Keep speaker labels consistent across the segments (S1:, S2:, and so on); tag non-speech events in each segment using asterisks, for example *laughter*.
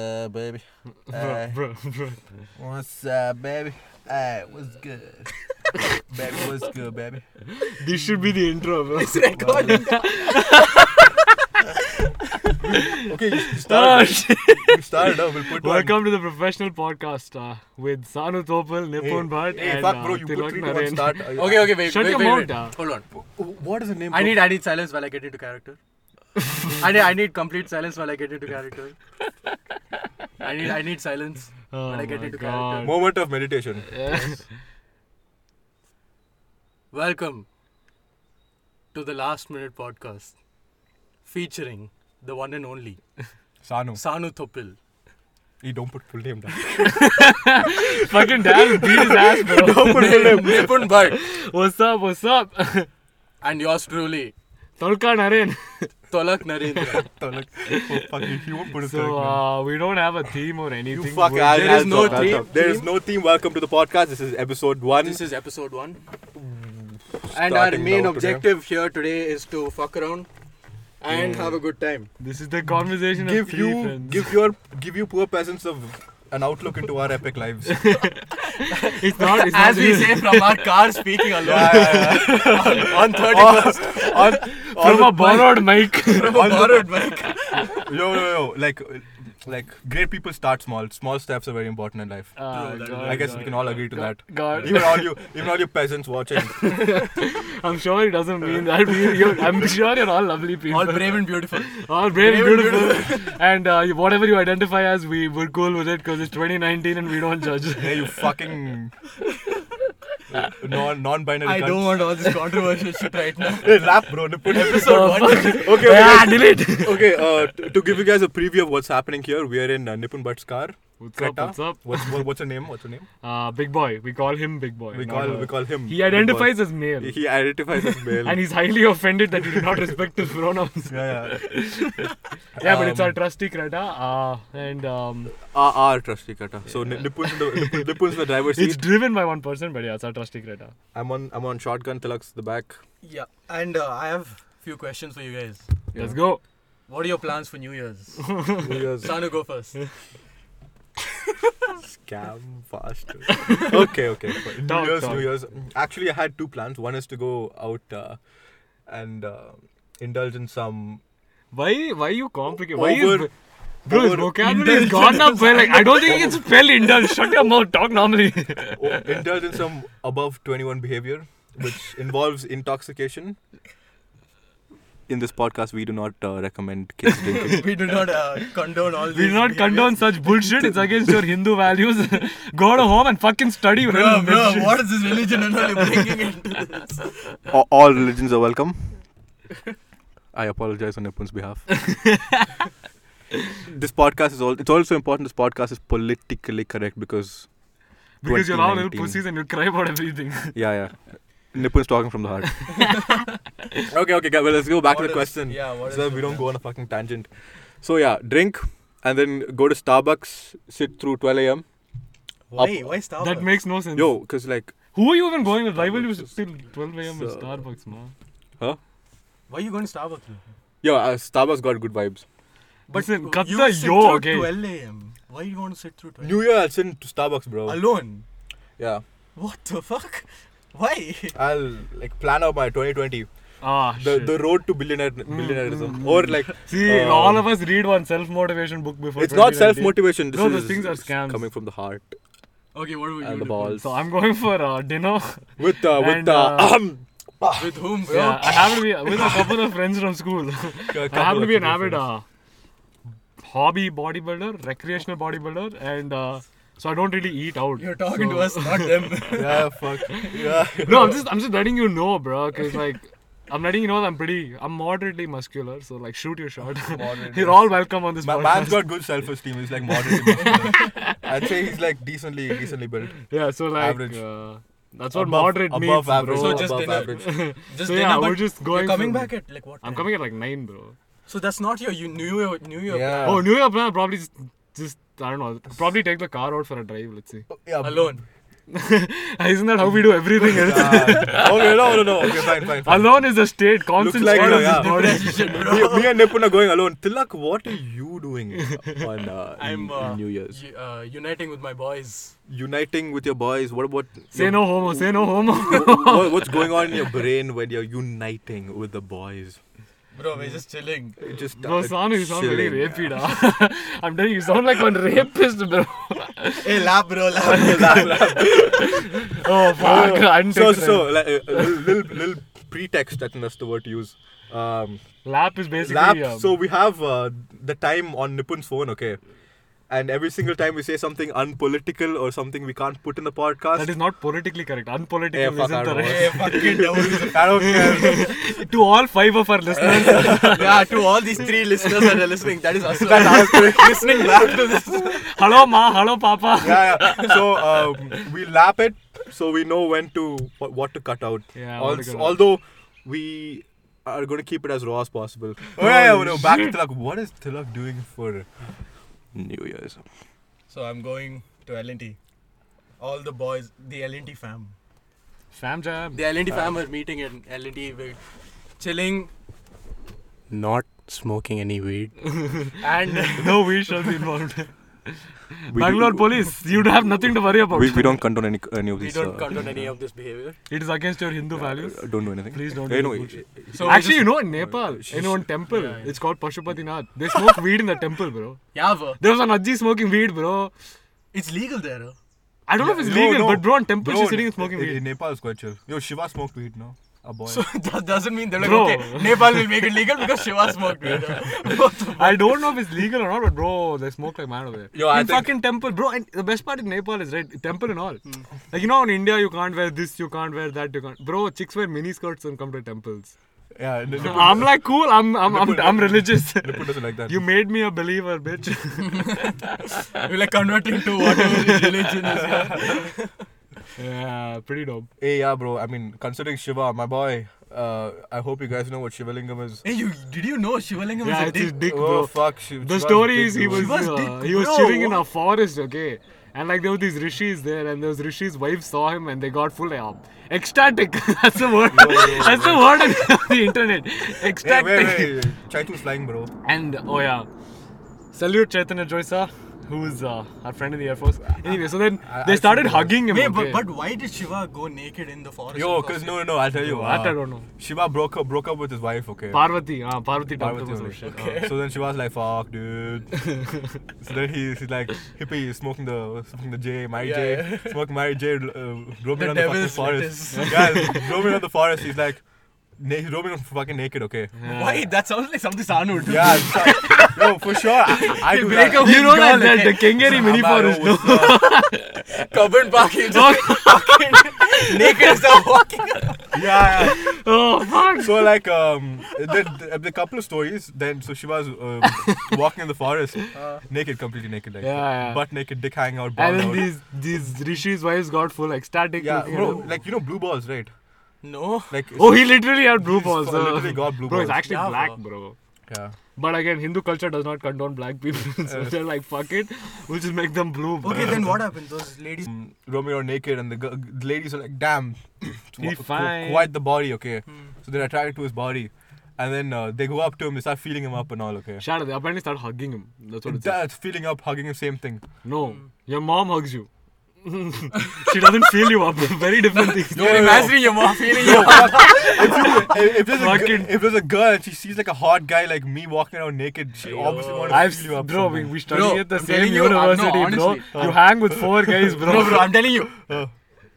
S1: Uh, baby.
S2: Bruh,
S1: Hey.
S2: bruh, bruh.
S1: What's up, baby? Hey, what's
S3: *laughs*
S1: good? baby, what's good, baby?
S2: This should be the intro, bro. Ah,
S3: recording. *laughs*
S1: Okay, you
S2: Ah,
S3: Oh,
S1: start.
S2: shit.
S1: you start now. We'll put one.
S2: Welcome to the professional podcast uh, with Sanu Topal, Nipun Bhatt,
S1: Hey,
S2: and
S1: fuck,
S2: uh,
S1: bro. You put
S2: Tilak
S1: three to one
S2: Naren.
S1: start.
S3: okay, okay, wait.
S2: Shut
S3: wait,
S2: your
S3: wait,
S2: mouth
S3: wait.
S2: down.
S3: Hold on.
S1: What is the name?
S3: I need I need silence while I get into character. I need I need complete silence while I get into character. I need I need silence.
S2: Oh
S3: When I get
S2: my
S3: into
S2: God.
S3: character.
S1: moment of meditation.
S3: Welcome to the last minute podcast featuring the one and only
S1: Sanu.
S3: Sanu Thopil.
S1: You don't put full name down. *laughs*
S2: Fucking Dan beat his ass,
S1: *laughs*
S2: bro.
S1: don't put full name.
S3: Nipun Bhatt
S2: What's up? What's up?
S3: and yours truly
S2: Tolka Naren.
S3: Tolak Narendra.
S1: Like, oh, fuck, you, he won't put his correct
S2: So
S1: name.
S2: uh, we don't have a theme or anything.
S1: You fuck
S2: We're
S1: I'll-
S3: there
S2: just-
S3: is
S1: I'll
S3: no
S1: stop, I'll
S3: theme,
S1: stop. There is
S3: theme.
S1: no theme. Welcome to the podcast. This is episode one.
S3: This is episode one. And
S1: Starting
S3: our
S1: now
S3: main
S1: today.
S3: objective here today is to fuck around and
S1: Hmm.
S3: have a good time.
S2: This is the conversation of
S1: give
S2: three
S1: you
S2: friends.
S1: give your give you poor peasants of an outlook into our epic lives.
S2: it's not.
S1: *laughs*
S2: It's not real.
S3: from our car speaking alone
S1: Yeah, yeah, yeah. *laughs*
S3: on 31st.
S1: on, on
S2: from a borrowed
S1: *laughs*
S2: mic. Ah,
S1: on the- *laughs* yo, yo, yo. Like, like great people start small. Small steps are very important in life.
S2: Ah,
S3: that-
S2: God,
S1: I guess we
S2: God.
S1: can all agree to that.
S2: God.
S1: Even all you, even all you peasants watching.
S2: *laughs* I'm sure it doesn't mean
S1: Uh.
S2: that. *laughs* We, you're, I'm sure you're all lovely people.
S3: All brave and beautiful.
S2: All brave, and
S3: brave and
S2: Oh, beautiful. and uh, you- whatever you identify as, we, we're cool with it because it's 2019 and we don't
S1: *laughs*
S2: judge. *laughs*
S1: Hey, you fucking uh, non non-binary.
S3: I don't
S1: cunts.
S3: want all this controversial shit right *laughs* now.
S1: Hey, rap, bro. Put
S3: Episode
S2: Oh,
S3: one.
S2: fuck.
S1: Okay,
S2: ah,
S1: okay.
S2: delete.
S1: okay uh, t- to give you guys a preview of what's happening here, we are in uh, Nipun Bhatt's car.
S2: What's up?
S1: Creta.
S2: What's up?
S1: What's what, what's her name? What's her name?
S2: Uh, big boy. We call him Big boy.
S1: We
S2: not
S1: call
S2: her.
S1: we call him.
S2: he identifies as male,
S1: He identifies as male.
S2: *laughs* and he's highly offended that you did not respect his
S1: *laughs*
S2: pronouns.
S1: yeah, yeah.
S2: *laughs* Yeah, but it's
S1: Um,
S2: our trusty Kreta. Uh, and um,
S1: Our, our trusty Kata. So Ni- Nipun's in the Nipun- Nipun's in the driver's
S2: it's
S1: seat.
S2: driven by one person, but yeah, it's our trusty Kreta.
S1: I'm on I'm on shotgun. Tilak's the back.
S3: Yeah, and uh, I have few questions for you guys.
S2: Let's go.
S3: What are your plans for New *laughs* Year's?
S1: He
S2: *laughs*
S1: goes,
S3: Sanu, go first.
S1: Scam
S2: *laughs*
S1: bastard. okay, okay. fine. New
S2: Talk,
S1: Year's,
S2: talk.
S1: New Year's. Actually, I had two plans. One is to go out uh, and uh, indulge in some.
S2: Why? Why you complicate? Why
S1: Over-
S2: you? Bro, his
S1: over-
S2: vocabulary has gone up well. Like, I don't think you can spell indulge. Shut your mouth. Talk normally.
S1: o- Oh, indulge in some above 21 behavior, which involves intoxication. In this podcast, we do not uh, recommend kids drinking. *laughs*
S3: we do not uh, condone all
S2: We do not condone such bullshit. It's against your Hindu values. *laughs* Go to home and fucking study.
S3: Bro, bro, what is this religion and all *laughs* you're bringing into this?
S1: all, all religions are welcome. I apologize on Nipun's *laughs* behalf. this podcast is all. It's also important. This podcast is politically correct because
S2: Because you're all little
S1: 2019.
S2: pussies and you'll cry about everything. *laughs*
S1: yeah, yeah. Nipun's talking from the heart.
S2: *laughs*
S1: okay, okay, guys, well, let's go back
S3: What
S1: to the
S3: is-
S1: question.
S3: Yeah, what is
S1: so that
S3: the
S1: we don't
S3: plan?
S1: go on a fucking tangent. So yeah, drink and then go to Starbucks, sit through 12 a.m.
S3: Why? Why Starbucks?
S2: That makes no sense.
S1: Yo, cause like,
S2: Who are you even going with? Why will you sit till 12 a.m. at
S1: So-
S2: Starbucks, man?
S1: huh?
S3: Why are you going to Starbucks?
S1: Yo, uh, Starbucks got good vibes.
S2: But Listen,
S3: you
S2: cut
S3: you
S2: the
S3: sit
S2: yo,
S3: through
S2: okay?
S3: 12 a.m. Why you want to sit through 12
S1: New Year, I'll sit to Starbucks, bro.
S3: Alone?
S1: yeah,
S3: What the fuck? *laughs* Why?
S1: I'll like plan out my 2020.
S2: Ah,
S1: the,
S2: shit.
S1: the road to billionaire billionaireism or like
S2: See,
S1: um,
S2: all of us read one self-motivation book before
S1: it's not
S2: 2019.
S1: self motivation this
S2: No,
S1: is
S2: those things are scams.
S1: coming from the heart
S2: *laughs*
S3: Okay, what were you
S1: and the
S3: doing?
S1: balls
S2: So I'm going for uh, dinner.
S1: with uh, with
S2: And,
S1: uh,
S2: uh,
S1: um,
S3: With whom, bro?
S2: Yeah, I have to be with a couple of friends from school. *laughs* *laughs* I happen to be an avid uh, hobby bodybuilder, recreational bodybuilder, and uh, so I don't really eat out.
S3: Oh, *laughs* You're talking
S2: So-
S3: to us, not them. *laughs*
S1: yeah
S2: *laughs*
S1: fuck yeah
S2: No, I'm just I'm just letting you know, bro. Cause like I'm letting you know that I'm pretty, I'm moderately muscular. So like, shoot your shot. *laughs* You're all welcome on this
S1: Ma-
S2: podcast.
S1: man's got good self esteem he's like moderate
S2: *laughs*
S1: I'd say he's like decently decently built
S2: yeah, so like,
S1: Average.
S2: uh, that's what
S1: above,
S2: moderate
S1: above
S2: means,
S1: average
S2: bro.
S3: So just
S1: above
S3: dinner.
S1: average
S3: *laughs* Just
S2: Oh, So
S3: dinner,
S2: yeah,
S3: but
S2: we're just
S3: You're
S2: going
S3: coming
S2: from-
S3: back at like what?
S2: I'm
S3: time?
S2: coming at like nine, bro.
S3: So that's not your you, New Year. New Year.
S1: yeah
S2: Oh, New Year plan probably just, just I don't know. Probably take the car out for a drive. Let's see. *laughs*
S1: yeah
S3: Alone.
S2: Isn't that how we do everything else? *laughs*
S1: Ah, okay, no, no, no. Okay, fine, fine. fine.
S2: Alone is the state. Constant
S1: like
S2: state
S1: no,
S2: is
S1: yeah.
S2: his *laughs* body.
S1: me, me and Nipun are going alone. Tilak, what are you
S2: *laughs*
S1: doing on uh,
S4: I'm
S1: in-
S4: uh,
S1: in New Year's?
S4: u- uh, uniting with my boys.
S1: Uniting with your boys. What about?
S2: Say
S1: your- *laughs*
S2: no homo. Say no homo.
S1: wh- wh- what's going on in your brain when you're uniting with the boys?
S3: Bro, we're just chilling.
S1: It just
S2: Bro, Sanu, you sound very
S1: chilling. *laughs*
S2: rapey, da. *laughs* I'm telling you, you sound like one rapist, bro.
S3: Hey, lab, bro, lab.
S2: *laughs* Oh, *laughs* fuck. I didn't
S1: So
S2: take
S1: so like, a little, little little pretext. I think that's the word to use. Um,
S2: Lap is basically.
S1: lap.
S2: um,
S1: So we have uh, the time on Nipun's phone, okay? And every single time we say something unpolitical or something we can't put in the podcast,
S2: that is not politically correct. Unpolitical
S1: Yeah, fuck, I
S2: isn't the
S1: don't
S2: right.
S3: hey, fucking devil. I don't care.
S2: *laughs* to all five of our *laughs* listeners,
S3: yeah, to all these *laughs* three listeners that are listening, that is us.
S1: listening lap to this.
S2: hello ma, hello papa.
S1: Yeah, yeah. So um, we lap it, so we know when to what, what to cut out.
S2: Yeah, what to
S1: Also,
S2: cut out.
S1: although we are going to keep it as raw as possible. Oh, yeah, yeah, no, back to Tilak. What is Tilak doing for New Year's?
S3: So I'm going to LNT. All the boys, the LNT fam. Uh,
S2: Sam Jam.
S4: The LNT fam are meeting in LNT. We're chilling
S5: Not smoking any weed.
S4: and
S2: *laughs* No, we shall be *laughs* involved.
S1: We
S2: Bangalore
S1: do-
S2: police, you have nothing to worry about.
S1: We, we don't condone any any of
S4: we
S1: these.
S4: don't
S1: uh,
S4: condone any of this behavior.
S2: It is against your Hindu values.
S1: uh, Don't do anything. uh,
S2: Please don't
S1: Yeah,
S2: do
S1: no,
S2: this
S1: it-
S2: bullshit.
S1: it-
S4: So
S2: Actually, you know, in Nepal, in one temple,
S4: Yeah, yeah.
S2: it's called Pashupatinath. They smoke weed in the temple, bro.
S4: yeah, bro.
S2: There was an Ajji smoking weed, bro.
S4: It's legal there. Huh?
S2: I don't know if it's
S1: No,
S2: legal,
S1: no.
S2: but bro, in temple,
S1: Bro,
S2: she's sitting and smoking
S1: in,
S2: weed.
S1: In Nepal, it's quite chill. Yo, Shiva smoked weed, no? A boy.
S3: So *laughs* that doesn't mean they're like,
S2: Bro.
S3: okay, Nepal will make it legal because Shiva smoked weed. *laughs* What the
S2: I don't know if it's legal or not, but bro, they smoke like mad over there.
S1: Yo, I
S2: in
S1: think-
S2: fucking temple, bro. And the best part in Nepal is right, temple and all. Like you know, in India you can't wear this, you can't wear that, you can't. Bro, chicks wear mini skirts and come to temples.
S1: yeah, N- Nipun,
S2: I'm like cool. I'm I'm I'm, I'm religious. *laughs*
S1: Nipun doesn't like that.
S2: You made me a believer, bitch. *laughs*
S3: We're like converting to whatever religion is here.
S2: yeah, pretty dope.
S1: hey, yeah, bro. I mean, considering Shiva, my boy, uh, I hope you guys know what Shivalingam is.
S3: Hey, you, did you know Shivalingam
S2: Yeah,
S3: is a
S2: it's his
S3: dick?
S2: dick,
S1: oh,
S2: bro.
S1: fuck. Shiv-
S2: The
S1: Shiva's
S2: story is
S1: dick,
S2: he
S1: bro.
S2: was
S3: Shiva's
S2: uh,
S3: dick,
S2: he was
S3: bro.
S2: chilling in a forest, okay. And like there were these rishis there, and those rishis' wives saw him, and they got full uh, ecstatic. *laughs* That's the word. That's the word on the internet.
S1: Hey,
S2: Ecstatic.
S1: wait, wait. Chaitu's flying, bro.
S2: And oh yeah, salute Chaitanya Joysa, who's uh, our friend in the Air Force. Anyway, so then
S1: I-
S2: they
S1: I
S2: started
S1: saw that.
S2: hugging him.
S3: Wait,
S2: okay.
S3: but, but why did Shiva go naked in the forest?
S1: Yo,
S3: and
S1: cause
S3: gossip?
S1: no, no, no. I'll tell you.
S2: That
S1: uh,
S2: I don't know.
S1: Shiva broke up, broke up with his wife. Okay.
S2: Parvati, uh, Parvati, Parvati
S1: Parvati
S2: or some
S1: only.
S2: shit.
S1: Uh, so then Shiva's like, fuck, dude. so then he, he's like, hippie, he's smoking the smoking the J, Mary J,
S3: Yeah,
S1: smoking Mary J, uh, roaming around the fucking
S3: devil's
S1: forest. yeah, roaming around the forest. He's like, na- he's roaming around fucking naked. Okay.
S3: Why? That sounds like something Sanu would do.
S1: Yeah, it's like- no, for sure. I, I do
S3: break
S1: that. oh,
S3: up-
S2: You know that,
S3: Girl,
S2: that the Kengeri mini
S1: Abba,
S2: forest,
S1: no,
S2: no?
S3: Covered Baki,
S1: *laughs*
S3: just fucking naked as they're walking.
S1: Yeah, yeah.
S2: *laughs* Oh fuck!
S1: So like um, the, the couple of stories. Then so Shiva's uh, walking in the forest, naked, completely naked, like
S2: Yeah, yeah.
S1: butt naked, dick hanging out,
S2: And
S1: bald
S2: then
S1: out.
S2: these these rishis' wives got full ecstatic.
S1: Yeah,
S2: looking at
S1: bro,
S2: him.
S1: like you know blue balls, right?
S3: No.
S1: Like
S2: oh, he literally had blue
S1: He's
S2: balls.
S1: fu-
S2: uh,
S1: literally got blue
S2: bro, it's
S1: balls.
S2: actually
S3: Yeah,
S2: black, bro.
S1: yeah.
S2: But again, Hindu culture does not condone black people, *laughs* so
S1: Uh.
S2: they're like, fuck it, we'll just make them blue. Bro.
S3: Okay, then what happened? Those ladies.
S1: Mm, roaming around naked, and the, g- the ladies are like, "Damn, it's
S2: He
S1: qu-
S2: fine.
S1: quite the body." Okay, so they're attracted to his body, and then uh, they go up to him, they start feeling him up and all. Okay,
S2: Shara, they apparently start hugging him. That's what it says.
S1: that's feeling up, hugging him, same thing.
S2: No, your mom hugs you. *laughs* she doesn't feel you up. Very different things.
S1: No, no, no.
S3: your mom feeling
S1: *laughs* Yo, fuck. if, you, if, if there's a
S2: Fucking-
S1: g- if there's a girl and she sees like a hot guy like me walking around naked, she obviously wants to
S2: I've,
S1: feel you up.
S2: bro, we,
S1: something.
S2: we study
S3: Bro,
S2: at the
S3: I'm
S2: same
S3: telling you, I'm- no,
S2: university, bro.
S3: honestly.
S2: You hang with four guys,
S1: *laughs*
S2: bro.
S3: No, bro, I'm telling you.
S1: Uh.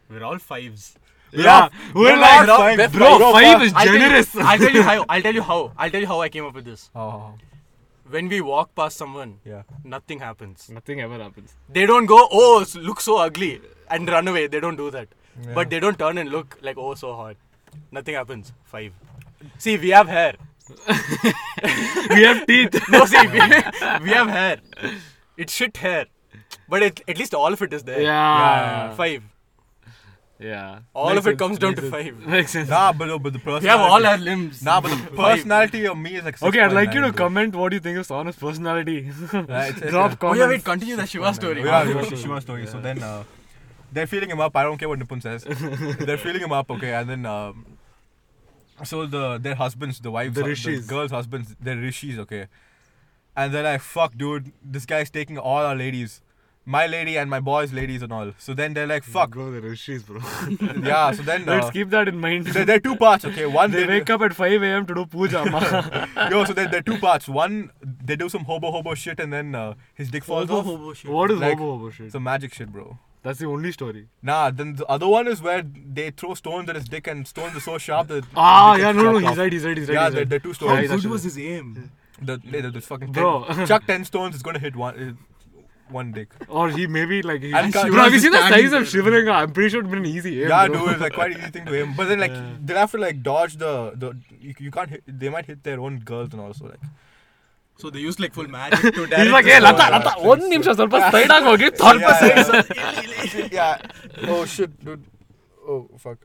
S3: We're all fives.
S2: yeah, we're
S1: We're
S2: like,
S1: not five.
S2: bro,
S1: Bro,
S2: five
S1: fuck.
S2: is
S3: I'll tell you-
S2: generous.
S3: I'll tell you how. I'll tell you how. I'll tell you how I came up with this.
S1: Oh,
S3: When we walk past someone,
S1: yeah.
S3: nothing happens.
S2: Nothing ever happens.
S3: They don't go, oh, s- look so ugly, and run away. They don't do that. But they don't turn and look like, oh, so hot. Nothing happens. Five. See, we have hair.
S2: we have teeth.
S1: *laughs*
S3: No, *laughs* see, we, we have hair. It's shit hair. But it, at least all of it is there.
S2: Yeah.
S3: Five.
S2: Yeah.
S3: All
S2: Makes
S3: of it
S2: sense,
S3: comes down
S2: makes
S3: to
S2: sense.
S3: five.
S2: Makes sense.
S1: Nah, but, but the
S3: We have all
S1: personality.
S3: our limbs.
S1: Nah,
S3: *laughs*
S1: but *laughs* the personality of me is like.
S2: Okay, I'd like you to
S1: 6.9, bro.
S2: comment what you think of Sona's personality. *laughs*
S1: Right, it's-
S2: Drop
S3: Oh yeah, wait,
S2: comments.
S3: continue the Shiva story.
S1: Yeah, Shiva story. So then, uh, They're feeling him up. I don't care what Nipun
S2: *laughs*
S1: says. They're feeling him up, okay, and then um, so the their husbands, the wives,
S2: The
S1: hu-
S2: rishis.
S1: girls' husbands, they're rishis, okay, and they're like, "Fuck, dude, this guy's taking all our ladies, my lady and my boy's ladies and all." So then they're
S2: *laughs*
S1: like, "Fuck,
S2: Go the rishis, bro.
S1: yeah." So then
S2: *laughs* Let's
S1: uh,
S2: keep that in mind.
S1: there, there are two parts, okay. One
S2: *laughs* they wake up at 5 a.m. to do puja. ma. *laughs*
S1: Yo, so there, there are two parts. One, they do some hobo hobo shit, and then uh, his dick falls
S4: Hobo,
S1: off.
S4: hobo shit.
S2: what is
S1: Like-
S2: hobo hobo shit?
S1: Some magic shit, bro.
S2: That's the only story.
S1: Nah, then the other one is where they throw stones at his dick, and stones are so sharp that.
S2: Ah,
S1: the dick
S2: yeah,
S1: gets
S2: no, no,
S1: chopped
S2: he's
S1: off.
S2: right, he's right, he's right.
S1: Yeah,
S2: he's
S1: there,
S2: right.
S1: there are two
S2: Yeah,
S1: stones.
S2: he's
S4: Good
S2: actually-
S4: was his aim.
S1: The, the, the, fucking
S2: Bro.
S1: ten, chuck ten stones, it's gonna hit one uh, one
S2: *laughs*
S1: dick.
S2: Or he maybe like he.
S1: And
S2: Bro,
S1: Shiva
S2: have you
S4: was
S2: seen the
S4: standing
S2: size of Shivalinga? I'm pretty sure it's been an easy aim.
S1: Yeah,
S2: bro.
S1: dude, it's like quite easy thing to aim. But then like they'll have to like dodge the the you, you can't hit. They might hit their own girls and also like.
S4: So they used like full magic to
S2: He's like,
S4: direct
S2: hey,
S4: the sword.
S2: Lata, Lata, ಒಂದ್ ನಿಮಿಷ ಸ್ವಲ್ಪ side ಆಗಿ ಹೋಗಿ ಸ್ವಲ್ಪ
S1: Yeah,
S2: side
S1: yeah, *laughs* yeah. Oh shit, dude. Oh fuck.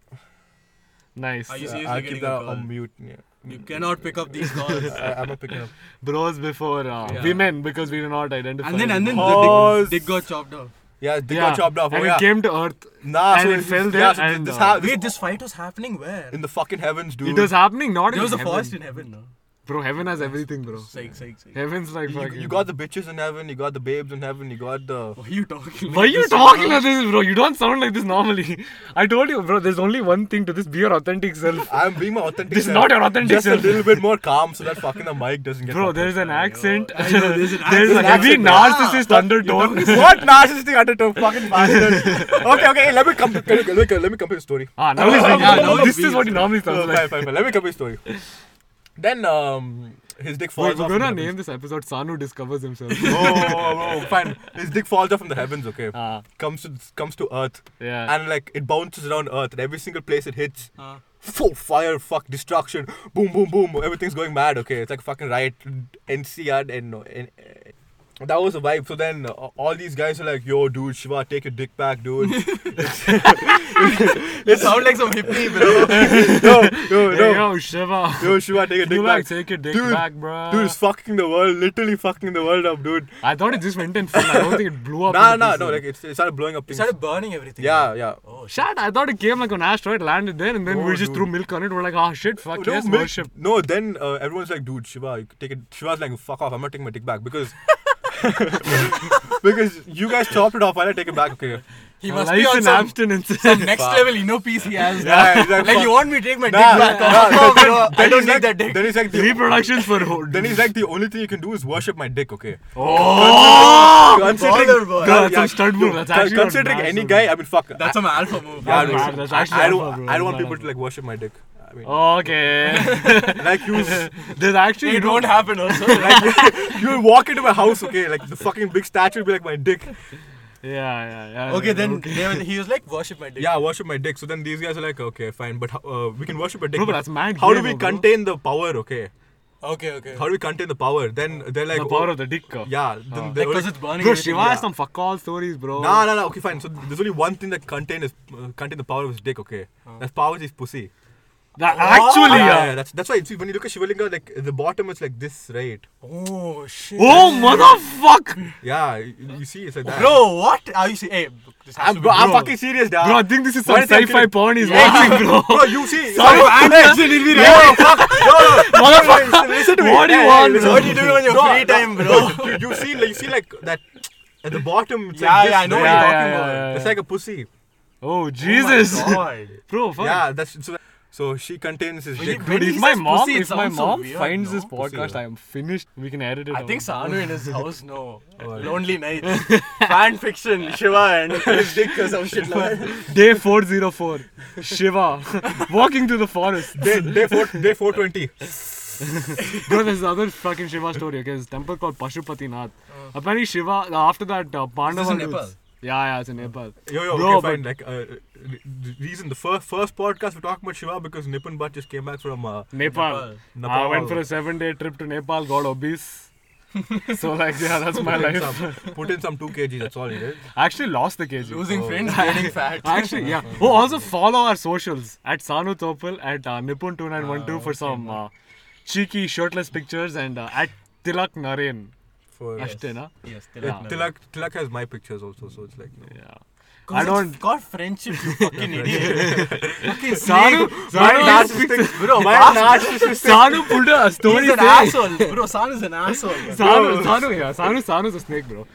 S2: Nice
S4: Are you serious?
S1: I'll
S4: You're getting
S1: keep
S4: a
S1: that
S4: call.
S1: on mute. Yeah.
S4: You cannot pick up these calls.
S1: I, I'm not picking up.
S2: bros before uh,
S4: Yeah.
S2: women because we do not identify
S4: and then and then the
S1: Pause.
S4: dick, dick got chopped off.
S1: Yeah, they
S2: yeah.
S1: got chopped off.
S2: and
S1: oh,
S2: it
S1: yeah.
S2: came to earth
S1: Nah,
S2: and
S1: so
S2: it
S1: it's-
S2: fell
S1: yeah,
S2: there
S1: so
S2: and,
S1: this
S2: uh,
S1: hap-
S4: Wait, this fight was happening where?
S1: in the fucking heavens, dude.
S2: it was happening not
S4: There
S2: in
S4: was a
S2: heaven.
S4: forest in heaven. No?
S2: bro heaven has everything bro
S4: Psych, psych, psych.
S2: heaven's like
S1: you,
S2: fucking
S1: you got the bitches in heaven. You got the babes in heaven. You got
S2: *laughs*
S1: the.
S4: Why are you talking?
S2: why are
S3: *laughs*
S2: you talking like this bro you don't sound like this normally *laughs* I told you bro there's only one thing to this be your authentic
S1: *laughs*
S2: self
S1: I'm being my authentic.
S2: this is
S1: self.
S2: not your authentic
S1: Just a
S2: self
S1: little bit more calm so that fucking the mic doesn't get.
S2: bro
S1: fucked
S2: there's
S1: up.
S2: an accent *laughs*
S4: there's an
S2: there's a
S4: accent.
S2: heavy
S4: Accent, yeah.
S2: narcissist undertone
S1: *laughs* What narcissistic undertone, fucking bastard. okay, okay, let me come. Let me, let me, let me complete the story.
S2: *laughs* ah now he's like,
S4: Yeah,
S2: ah,
S4: now
S2: this
S4: he's
S2: is what he normally *laughs* sounds
S1: No,
S2: like
S1: *laughs* fine, fine, fine. Let me complete the story. Then um, his dick falls
S2: Wait, we're
S1: off. from *laughs*
S2: gonna
S1: the
S2: name this episode Sanu discovers himself.
S1: heavens. *laughs* Oh, oh, oh, fine. His dick falls off from the heavens. Okay,
S2: Ah,
S1: comes to comes to earth.
S2: yeah.
S1: and like it bounces around Earth, and every single place it hits,
S4: Uh.
S1: full fire, fuck, destruction, boom, boom, boom, everything's going mad. Okay, it's like fucking riot, NCR, and, and uh, that was the vibe. So then uh, all these guys are like, "Yo, dude, Shiva, take your dick back, dude." *laughs*
S4: You sound like some hippie, bro.
S1: no, no,
S2: Hey,
S1: no,
S2: yo, Shiva.
S1: yo, Shiva, take your dick
S2: You like
S1: back.
S2: take your dick
S1: Dude,
S2: back, bro.
S1: Dude is fucking the world, literally fucking the world up, dude.
S2: I thought it just went in full. I don't think it blew up.
S1: Nah,
S2: into
S1: nah,
S2: pieces.
S1: no, like it's, it started blowing up
S4: It
S1: things.
S4: started burning everything.
S1: yeah, yeah.
S4: Oh, shit.
S2: Shit, I thought it came like an asteroid, landed there, and then
S1: No,
S2: we just
S1: dude.
S2: threw milk on it. We're like, ah, shit, fuck,
S1: No,
S2: yes,
S1: milk-
S2: worship.
S1: no, then uh, everyone's like, dude, Shiva, you take it. Shiva's like, fuck off, I'm not taking my dick back because *laughs* because you guys chopped it off, I'll take it back, okay?
S4: He must be
S2: Life
S4: on
S2: in
S4: some
S2: abstinence.
S4: next
S1: *laughs* Fuck.
S4: level inner peace he has. now.
S1: Yeah, he's like,
S4: Like
S1: fuck.
S4: you want me to take my dick
S1: Nah,
S4: back?
S1: nah,
S4: off? *laughs*
S1: nah,
S4: No, bro,
S1: then
S4: I
S1: he's
S4: don't need
S1: like-
S4: that dick.
S1: Then he's like, the,
S2: *laughs* Reproduction for hood.
S1: then he's like, the only thing you can do is worship my dick, okay?
S2: Oh!
S1: *laughs* Considering,
S4: boy.
S1: Con-
S2: That's some stud move, that's
S1: con-
S2: actually not
S1: considering
S2: nice
S1: any
S2: of
S1: guy, I mean, fuck.
S4: That's
S1: I,
S4: some alpha move.
S1: yeah, I,
S2: that's
S1: mean,
S2: bad, that's
S1: I-
S2: actually
S1: I don't,
S2: awful, bro,
S1: I don't want
S2: that's
S1: people to like worship my dick. I
S2: *laughs*
S1: mean,
S2: Okay. *laughs*
S1: like you,
S2: There's
S4: *laughs*
S2: actually.
S4: It won't happen also.
S1: *laughs*
S4: *laughs*
S1: you will walk into my house, okay? Like the fucking big statue will be like my dick.
S2: Yeah, yeah, yeah.
S4: Okay, then they were- he was like, worship my dick.
S1: Yeah, worship my dick. So then these guys are like, okay, fine, but uh, we can worship a dick.
S2: Bro, but
S1: but
S2: that's mad.
S1: how do
S2: gay,
S1: we
S2: bro.
S1: contain the power? Okay,
S4: Okay, okay.
S1: how do we contain the power? Then they're like,
S2: the power
S1: oh,
S2: of the dick? uh.
S1: yeah. Then they're
S4: Because
S1: like,
S4: it's burning.
S2: Bro,
S4: everything.
S2: Shiva has some fuck all stories, bro.
S4: Oh.
S1: nah, nah, nah. Okay, fine. So there's only one thing that contain is uh, contain the power of his dick. Okay,
S4: Oh.
S1: that's power is his pussy.
S2: That actually,
S1: yeah,
S2: yeah.
S1: yeah, that's that's why. See, when you look at Shivalinga, like the bottom is like this, right?
S4: Oh shit.
S2: Oh motherfuck!
S1: Yeah, you, you see, it's like that.
S4: Bro, what are you saying? Hey, this has to
S1: I'm,
S4: be-
S1: bro, I'm
S2: bro.
S1: fucking serious, dad.
S2: Bro, I think this is
S1: Why
S2: some
S1: is that
S2: sci-fi
S1: kid-
S2: porn he's
S1: Yeah.
S2: watching, bro.
S1: Bro, you see.
S2: Sorry, I'm
S1: absolutely right. fuck. No, no,
S2: *laughs* Motherfucker.
S1: listen- listen to me.
S2: What do you
S1: Hey, hey,
S2: want,
S1: listen.
S2: bro?
S4: What are you doing on your
S1: No,
S4: free
S1: no,
S4: time, bro?
S1: you, you see, like, you see, like that at the bottom. It's
S4: Yeah,
S1: like this,
S4: yeah, I know
S1: right?
S4: what you're
S2: Yeah,
S4: talking
S2: yeah,
S4: about.
S2: yeah,
S1: It's
S2: yeah.
S1: like a pussy.
S2: Oh Jesus,
S4: Oh my
S2: *laughs*
S4: God.
S2: bro, fuck.
S1: Yeah, that's so. So she contains
S4: Oh,
S1: his dick.
S2: Dude,
S4: When
S2: if
S4: he
S2: my
S4: says
S2: mom,
S4: pussy, it
S2: if my
S4: sounds so
S2: mom
S4: weird,
S2: finds
S4: no?
S2: this
S1: Pussy,
S2: podcast,
S1: yeah.
S2: I am finished. We can edit it.
S4: I
S2: out.
S4: think Sanu in his
S2: *laughs*
S4: house, no.
S2: Oh,
S1: Alright.
S4: Lonely night. Fan fiction, Shiva
S2: *laughs*
S4: and *laughs* his dick or some shit like that.
S2: Day four zero four, *laughs* Shiva walking through the forest. *laughs*
S1: Day, day four, day four twenty.
S2: Bro, there's another fucking Shiva story. Okay, there's a temple called Pashupati Nath. Apparently, Shiva after that uh, Pandava.
S4: in
S2: dudes-
S4: Nepal?
S2: Yeah, yeah, it's in Nepal.
S1: Yo, yo,
S2: Bro,
S1: okay, fine. Like, uh, re- the reason the first first podcast we're talking about Shiva because Nipun Bhatt just came back from uh,
S2: Nepal.
S1: Nepal.
S2: I Ah, went for a seven day trip to Nepal, got obese. so like yeah, that's my
S1: put in
S2: life.
S1: some, put in some two kg. That's all he did.
S2: I actually lost the kg.
S4: Losing
S3: Oh. *laughs*
S4: friends, getting fat.
S2: Actually, yeah. Oh, also follow our socials at Sanu Topal at uh, Nippon two nine one two for some uh, cheeky shirtless pictures and uh, at Tilak Naren.
S1: For uh,
S2: Ashtena. *laughs*
S4: Yes,
S2: Yeah.
S1: Tilak, Tilak has my pictures also, so it's like. You know.
S2: Yeah. I don't.
S3: God, friendship,
S2: *laughs*
S3: you fucking idiot. fucking
S2: Sanu,
S1: My
S2: Sanu, is-
S1: narcissistic.
S3: Bro,
S1: My
S3: Bas-
S1: narcissistic.
S2: *laughs* Sanu pulled a story.
S3: He's an
S2: saying-
S3: asshole. Bro, Sanu's
S2: *laughs*
S3: an asshole. man.
S2: Sanu, Sanu, yeah, Sanu, Sanu's a snake, bro.
S1: bro,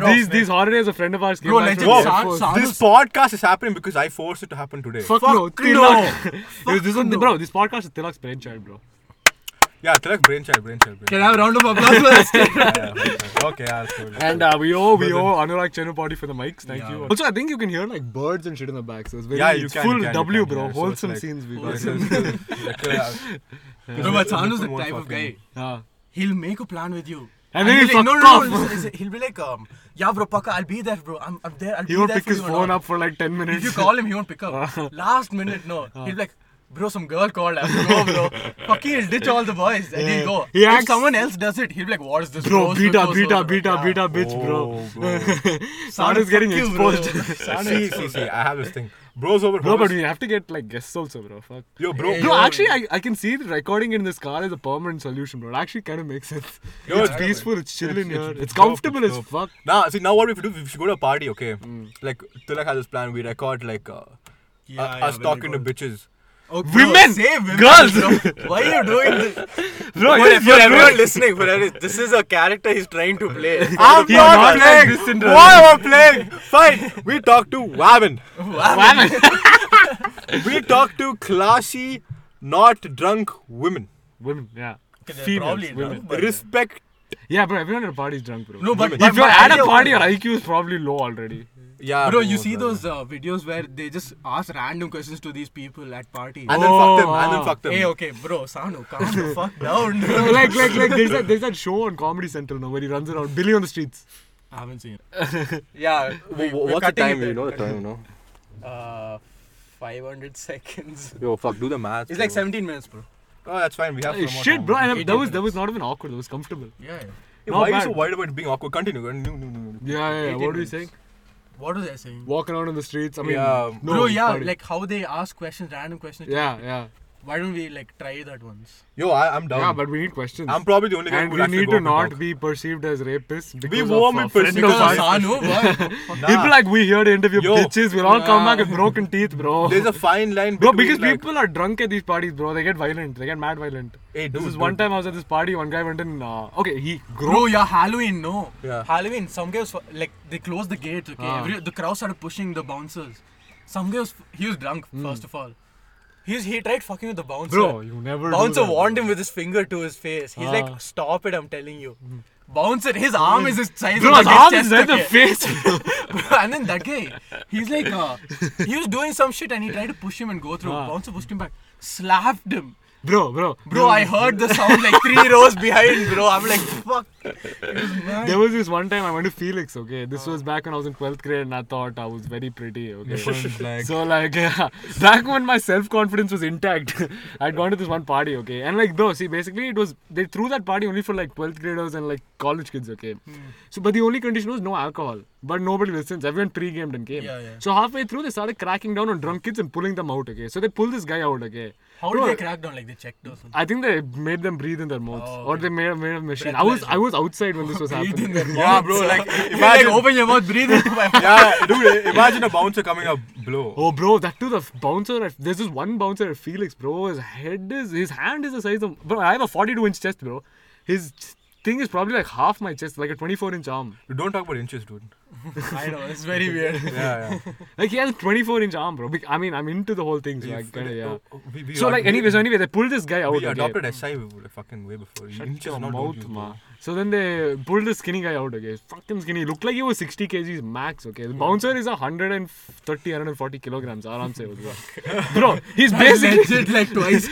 S2: oh, these these holidays, a friend of ours came
S3: Bro,
S2: back.
S3: legend,
S2: from
S1: Whoa.
S2: the Air Force.
S3: Sanu's-
S1: This podcast is happening because I forced it to happen today.
S2: Fuck, no, Tilak. Yo, *laughs* this one, bro, this podcast is Tilak's brainchild, bro.
S1: Yeah, Tilak brainchild, brainchild, brainchild.
S4: Can I have a round of applause for
S2: *laughs*
S4: this?
S1: Yeah, brainchild. okay, yeah, that's cool. *laughs*
S2: And uh, we owe we owe Anurag Chenupati for the mics. Thank
S1: Yeah.
S2: you. Also, I think you can hear like birds and shit in the back. So it's very
S1: Yeah, you
S2: it's
S1: can, you
S2: full
S1: can, you
S2: W,
S1: can,
S2: bro.
S1: yeah. So it's
S2: wholesome
S1: like-
S2: scenes, we got.
S1: Because
S4: No, but Sanu's the type of guy.
S2: Yeah.
S3: He'll make a plan with you.
S2: And then he
S3: he'll be
S2: fuck
S3: like, no, no, no,
S2: off.
S3: he's- he's- He'll be like, um, yeah, bro, Paka, I'll be there, bro. I'm, I'm there. I'll
S2: He
S3: be
S2: won't
S3: there
S2: pick
S3: for
S2: his
S3: you and
S2: phone
S3: all."
S2: up for like ten minutes.
S3: If you call him, he won't pick
S2: Uh-huh.
S3: up. Last minute, no. He'll be like, bro, some girl called. I have to
S2: *laughs*
S3: go, bro. Fucking, he'll ditch all the boys and he'll go.
S2: He
S3: if
S2: acts-
S3: someone else does it, he'll be like, what is this?
S2: *laughs* Bro,
S3: so,
S2: beta,
S3: so, so,
S2: beta,
S3: so,
S2: beta,
S3: yeah.
S2: beta, bitch, bro.
S1: Oh,
S2: *laughs*
S1: bro.
S2: Sanu's getting
S3: fuck you, bro.
S2: exposed.
S1: see, see, see. I have this thing. Bros over
S2: *laughs* Bro, but
S1: hoes.
S2: we have to get like guests also, bro. Fuck.
S1: Yo, bro.
S2: Bro, actually, I, I can see the recording in this car as a permanent solution, bro. It actually kind of makes sense.
S1: Yo,
S2: it's
S1: it's-
S2: peaceful, it's chill
S1: it's-
S2: in here,
S1: it's
S2: it's,
S1: dope,
S2: comfortable
S1: it's
S2: as
S1: dope.
S2: fuck.
S1: Now, see, now what we have to do, we should go to a party, okay?
S5: Mm.
S1: Like, Tilak has this plan. We record, like, uh, us talking to bitches.
S3: Oh, bro,
S2: Women!
S3: say women,
S2: Girls!
S3: bro. Why are you doing this?
S2: Bro,
S3: For, for everyone listening, for everyone, this is a character he's trying to *laughs* play.
S1: I'm
S2: He's
S1: not,
S2: not like
S1: playing.
S2: this in real
S1: Why am I playing? Fine. We talk to Wavin.
S2: *laughs*
S5: *laughs*
S1: We talk to classy, not drunk women.
S2: Women, yeah.
S3: they're
S2: Females,
S3: probably
S2: women.
S3: drunk, but-
S1: Respect.
S2: Yeah, bro, everyone at a party is drunk, bro.
S3: No, but
S2: if
S3: but
S2: you're
S3: my
S2: at a
S3: idea
S2: party, your
S3: was-
S2: IQ is probably low already.
S1: Yeah.
S3: Bro, you see
S1: brother.
S3: those uh, videos where they just ask random questions to these people at parties.
S1: And then fuck them.
S2: Oh,
S1: And then
S2: ah.
S1: fuck them.
S3: Hey, okay, bro, Sanu, calm the fuck down.
S2: *laughs* like, like, like, there's that, there's that show on Comedy Central now where he runs around, Billy on the streets.
S3: I haven't seen it.
S5: *laughs*
S3: yeah, we,
S5: Wha-
S3: we're
S5: What's the
S3: cutting
S5: time?
S3: it
S5: You know the
S3: there.
S5: time, you
S3: *laughs*
S5: know?
S3: Uh, 500 seconds.
S5: Yo, fuck, do the
S1: math.
S3: It's like 17 minutes, bro.
S1: Oh, that's fine. We have
S2: Hey,
S1: some more
S2: shit,
S1: time.
S2: bro, and that was that was not even awkward. That was comfortable.
S3: Yeah.
S1: Hey,
S2: not
S1: why are you
S2: bad.
S1: so worried about being awkward? Continue. No, no, no, no.
S2: Yeah, yeah. yeah.
S3: 18
S2: What are you
S3: minutes.
S2: saying?
S3: What was I saying?
S2: Walking around on the streets. I mean,
S1: Yeah.
S2: no,
S3: bro, yeah,
S2: party.
S3: like how they ask questions, random questions.
S2: yeah, yeah,
S3: Why don't we like try that once?
S1: Yo, I, I'm down.
S2: yeah. But we need questions.
S1: I'm probably the only guy
S2: and
S1: who
S2: we
S1: will actually
S2: need
S1: go
S2: to
S1: up and
S2: not
S1: talk.
S2: be perceived as rapists because
S1: won't be
S2: of a friend
S1: perceived
S2: of
S1: as
S2: ours.
S5: *laughs*
S3: Sanu, what?
S1: Nah.
S2: People like we here to interview
S1: Yo.
S2: bitches. We'll all come back with broken teeth, bro.
S1: There's a fine line.
S2: Bro,
S1: between,
S2: because
S1: like,
S2: people are drunk at these parties, bro. They get violent. They get mad violent.
S1: Hey,
S2: this
S1: dude,
S2: is one
S1: *laughs* dude.
S2: time I was at this party. One guy went in. Uh, okay, he
S3: Bro, yeah, Halloween, no.
S1: Yeah.
S3: Halloween, some guys, fu- like, they closed the gates, okay?
S2: Ah.
S3: Every, the crowd started pushing the bouncers. Some guys, he was drunk,
S5: Hmm.
S3: first of all. He's, he tried fucking with the bouncer.
S2: Bro, you never. do
S3: bouncer
S2: that.
S3: warned him with his finger to his face. He's
S2: Ah.
S3: like, stop it, I'm telling you. Bouncer, his arm is his size.
S2: Bro,
S3: of
S2: his
S3: his
S2: arm
S3: chest,
S2: is at the
S3: okay?
S2: face.
S3: *laughs* Bro, and then that guy, he's like, uh, he was doing some shit and he tried to push him and go through.
S2: Ah.
S3: Bouncer pushed him back, slapped him.
S2: *laughs* bro, bro,
S3: Bro, I heard the sound like three rows behind, bro. I'm like, fuck. It was mad.
S2: There was this one time I went to Felix, okay? This was back when I was in 12th grade and I thought I was very
S1: *laughs*
S2: pretty, okay?
S1: like,
S2: so, like, *laughs* yeah, back when my self confidence was intact, *laughs* I'd gone to this one party, okay? And, like, bro, see, basically, it was they threw that party only for like 12th graders and like college kids, okay?
S3: Hmm.
S2: So, but the only condition was no alcohol, but nobody listens. Everyone pre gamed and came.
S3: Yeah, yeah.
S2: So, halfway through, they started cracking down on drunk kids and pulling them out, okay? So, they pulled this guy out, okay?
S3: How
S2: Bro,
S3: did they crack down? Like they checked or something?
S2: I think they made them breathe in their mouths,
S3: Oh,
S2: or they made, made a machine. I was I was outside when
S3: *laughs*
S2: this was happening.
S1: yeah, bro, like,
S3: like
S1: imagine.
S3: open your mouth, breathe into my mouth.
S1: yeah, dude, imagine a bouncer coming up blow.
S2: Oh, bro, that too. The f- bouncer. At, there's this one bouncer at Felix, bro. His head is, his hand is the size of. Bro, I have a 42 inch chest, bro. His ch- thing is probably like half my chest, like a 24 inch arm.
S1: Don't talk about inches, dude.
S3: I know it's *laughs* very weird.
S1: Yeah, yeah.
S2: Like he has a 24 inch arm, bro. Bec- I mean, I'm into the whole thing, so I kind of *laughs* yeah.
S1: Oh, we- we
S2: So
S1: ad-
S2: like,
S1: we-
S2: anyway, so anyway, they pulled this guy out.
S1: we
S2: okay.
S1: adopted SI we- fucking way before.
S2: Shut
S1: Inches
S2: your
S1: not
S2: mouth,
S1: don't use
S2: ma.
S1: those.
S2: So then they pulled the skinny guy out, okay. Fucking skinny. Looked like he was 60 kgs max, okay. The bouncer is 130, 140 kilograms. Aram
S1: *laughs*
S2: se hoga. Bro, he's basically.
S3: Legit, like twice.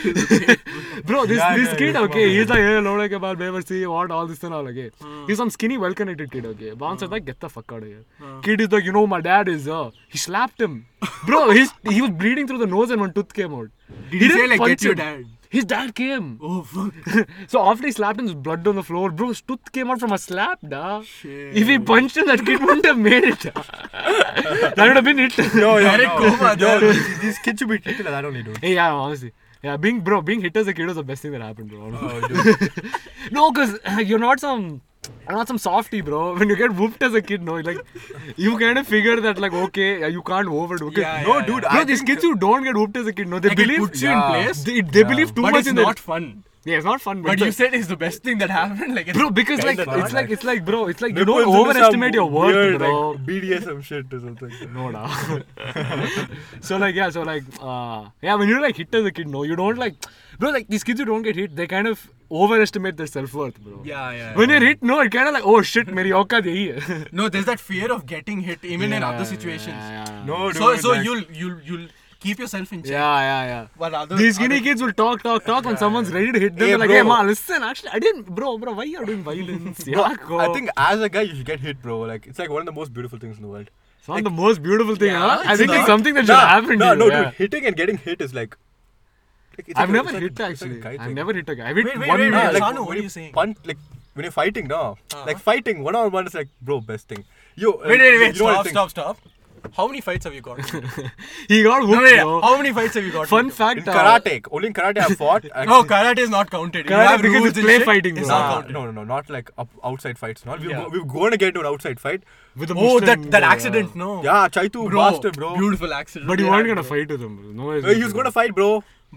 S2: Bro, this
S1: Yeah,
S2: this
S1: yeah,
S2: kid,
S1: yeah,
S2: okay, he's like, hey, Lord, like, about Beaver see what, all this and all, okay.
S3: Hmm.
S2: He's some skinny, well connected kid, okay. Bouncer's like, get the fuck out of here.
S3: Hmm.
S2: Kid is like, you know, my dad is, uh, he slapped him.
S3: *laughs*
S2: Bro, he's, he was bleeding through the nose and one tooth came out.
S3: Did he say,
S2: didn't
S3: like,
S2: punch
S3: get your
S2: him.
S3: dad?
S2: His dad came.
S3: oh fuck.
S2: so after he slapped him, there's blood on the floor. Bro, his tooth came out from a slap, da. If he punched him, that kid wouldn't have made it.
S3: *laughs*
S2: that would have been it.
S1: No, *laughs* yeah,
S3: Direct
S1: no.
S3: coma,
S1: Yo,
S3: dude.
S1: these- these kids should be treated like that only,
S2: *laughs*
S1: dude.
S2: Hey, yeah, honestly. Yeah,
S3: Oh,
S2: being bro, being hit as a kid was the best thing that happened, bro.
S1: Oh, dude.
S2: No, because uh, you're not some I'm not some softy, bro. When you get whooped as a kid, no, like you kind of figure that like okay, uh, you can't overdo. Okay,
S3: Yeah,
S2: no,
S3: yeah,
S2: dude.
S3: yeah.
S2: Bro,
S1: I
S2: these
S1: think-
S2: kids who don't get whooped as a kid, no, they
S3: Like, it
S2: believe
S3: puts you in
S2: Yeah.
S3: place.
S2: They, they believe too
S3: but
S2: much
S3: it's
S2: in their,
S3: not fun.
S2: Yeah, it's not fun.
S3: But
S2: it's
S3: you
S2: like-
S3: said it's the best thing that happened. Like, it's
S2: bro, because like
S3: kinda
S2: it's
S3: not.
S2: like it's like bro, it's like you
S1: They
S2: don't
S1: put into some
S2: overestimate your worth,
S1: weird,
S2: bro.
S1: Like, BDSM shit or something.
S2: *laughs* no, no. *laughs* so like yeah, so like uh yeah, when you're like hit as a kid, no, you don't like bro. Like these kids who don't get hit, they kind of overestimate their self worth, bro.
S3: yeah, yeah.
S2: When you're hit, no, it kind of like oh shit, मेरी औकात यही है.
S3: No, there's that fear of getting hit even in other situations.
S1: No, dude.
S3: So, so
S1: like,
S3: you'll you'll you'll keep yourself in
S2: *laughs*
S3: check.
S2: Yeah, yeah,
S3: While
S2: yeah.
S3: other,
S2: These skinny
S3: other-
S2: kids will talk, talk, talk when someone's ready to hit them.
S1: Hey,
S2: they're like,
S1: bro.
S2: hey, man, listen, actually, I didn't, bro, bro, why you're doing violence? yeah,
S1: Bro, I think as a guy you should get hit, bro. Like it's like one of the most beautiful things in the world.
S2: it's not the most beautiful thing, huh? I
S1: It's
S2: think
S1: not-
S2: it's something that should
S1: Nah,
S2: happen
S1: nah,
S2: to you.
S1: No,
S2: yeah.
S1: dude, hitting and getting hit is like. like, it's like
S2: I've
S1: a-
S2: never
S1: it's like-
S2: hit
S1: it's like a
S2: actually.
S1: guy
S2: I've
S1: thing.
S2: never hit a guy. I've hit
S3: Wait, wait,
S2: one
S3: wait,
S1: Nah,
S3: wait,
S2: man.
S1: like,
S3: Sanu,
S1: when
S3: what are you saying? Uh-huh.
S1: Punt, like when you're fighting, no. Like fighting one on one is like, bro, best thing. Yo, uh,
S3: Wait, wait,
S1: you
S3: wait!
S1: know what I
S3: Stop,
S1: think?
S3: stop, stop! How many fights have you
S2: *laughs*
S3: got? no,
S2: he got hooked,
S3: wait,
S2: bro.
S3: How many fights have you got?
S2: Fun
S3: Vito?
S1: In
S2: fact, uh,
S1: karate, only in karate I fought.
S2: *laughs*
S3: No, karate is not counted. You
S2: Karate
S3: have
S2: because
S3: rules
S2: it's
S3: and
S2: play
S3: shit.
S2: fighting,
S3: It's
S2: bro.
S3: not
S2: Ah,
S1: Nah,
S3: counted.
S1: no, no, no, not like up, outside fights. Not we
S3: Yeah.
S1: were, we were going to get into an outside fight.
S2: with a
S3: Oh,
S2: Muslim,
S3: that that
S2: yeah.
S3: accident, no.
S2: Oh.
S1: Yeah, Chaitu
S3: bro,
S1: bastard, bro.
S3: Beautiful accident.
S2: But you
S3: we
S2: weren't
S3: had,
S2: gonna
S3: bro.
S2: fight with him, bro. No, he's
S1: Hey, he was gonna fight, bro.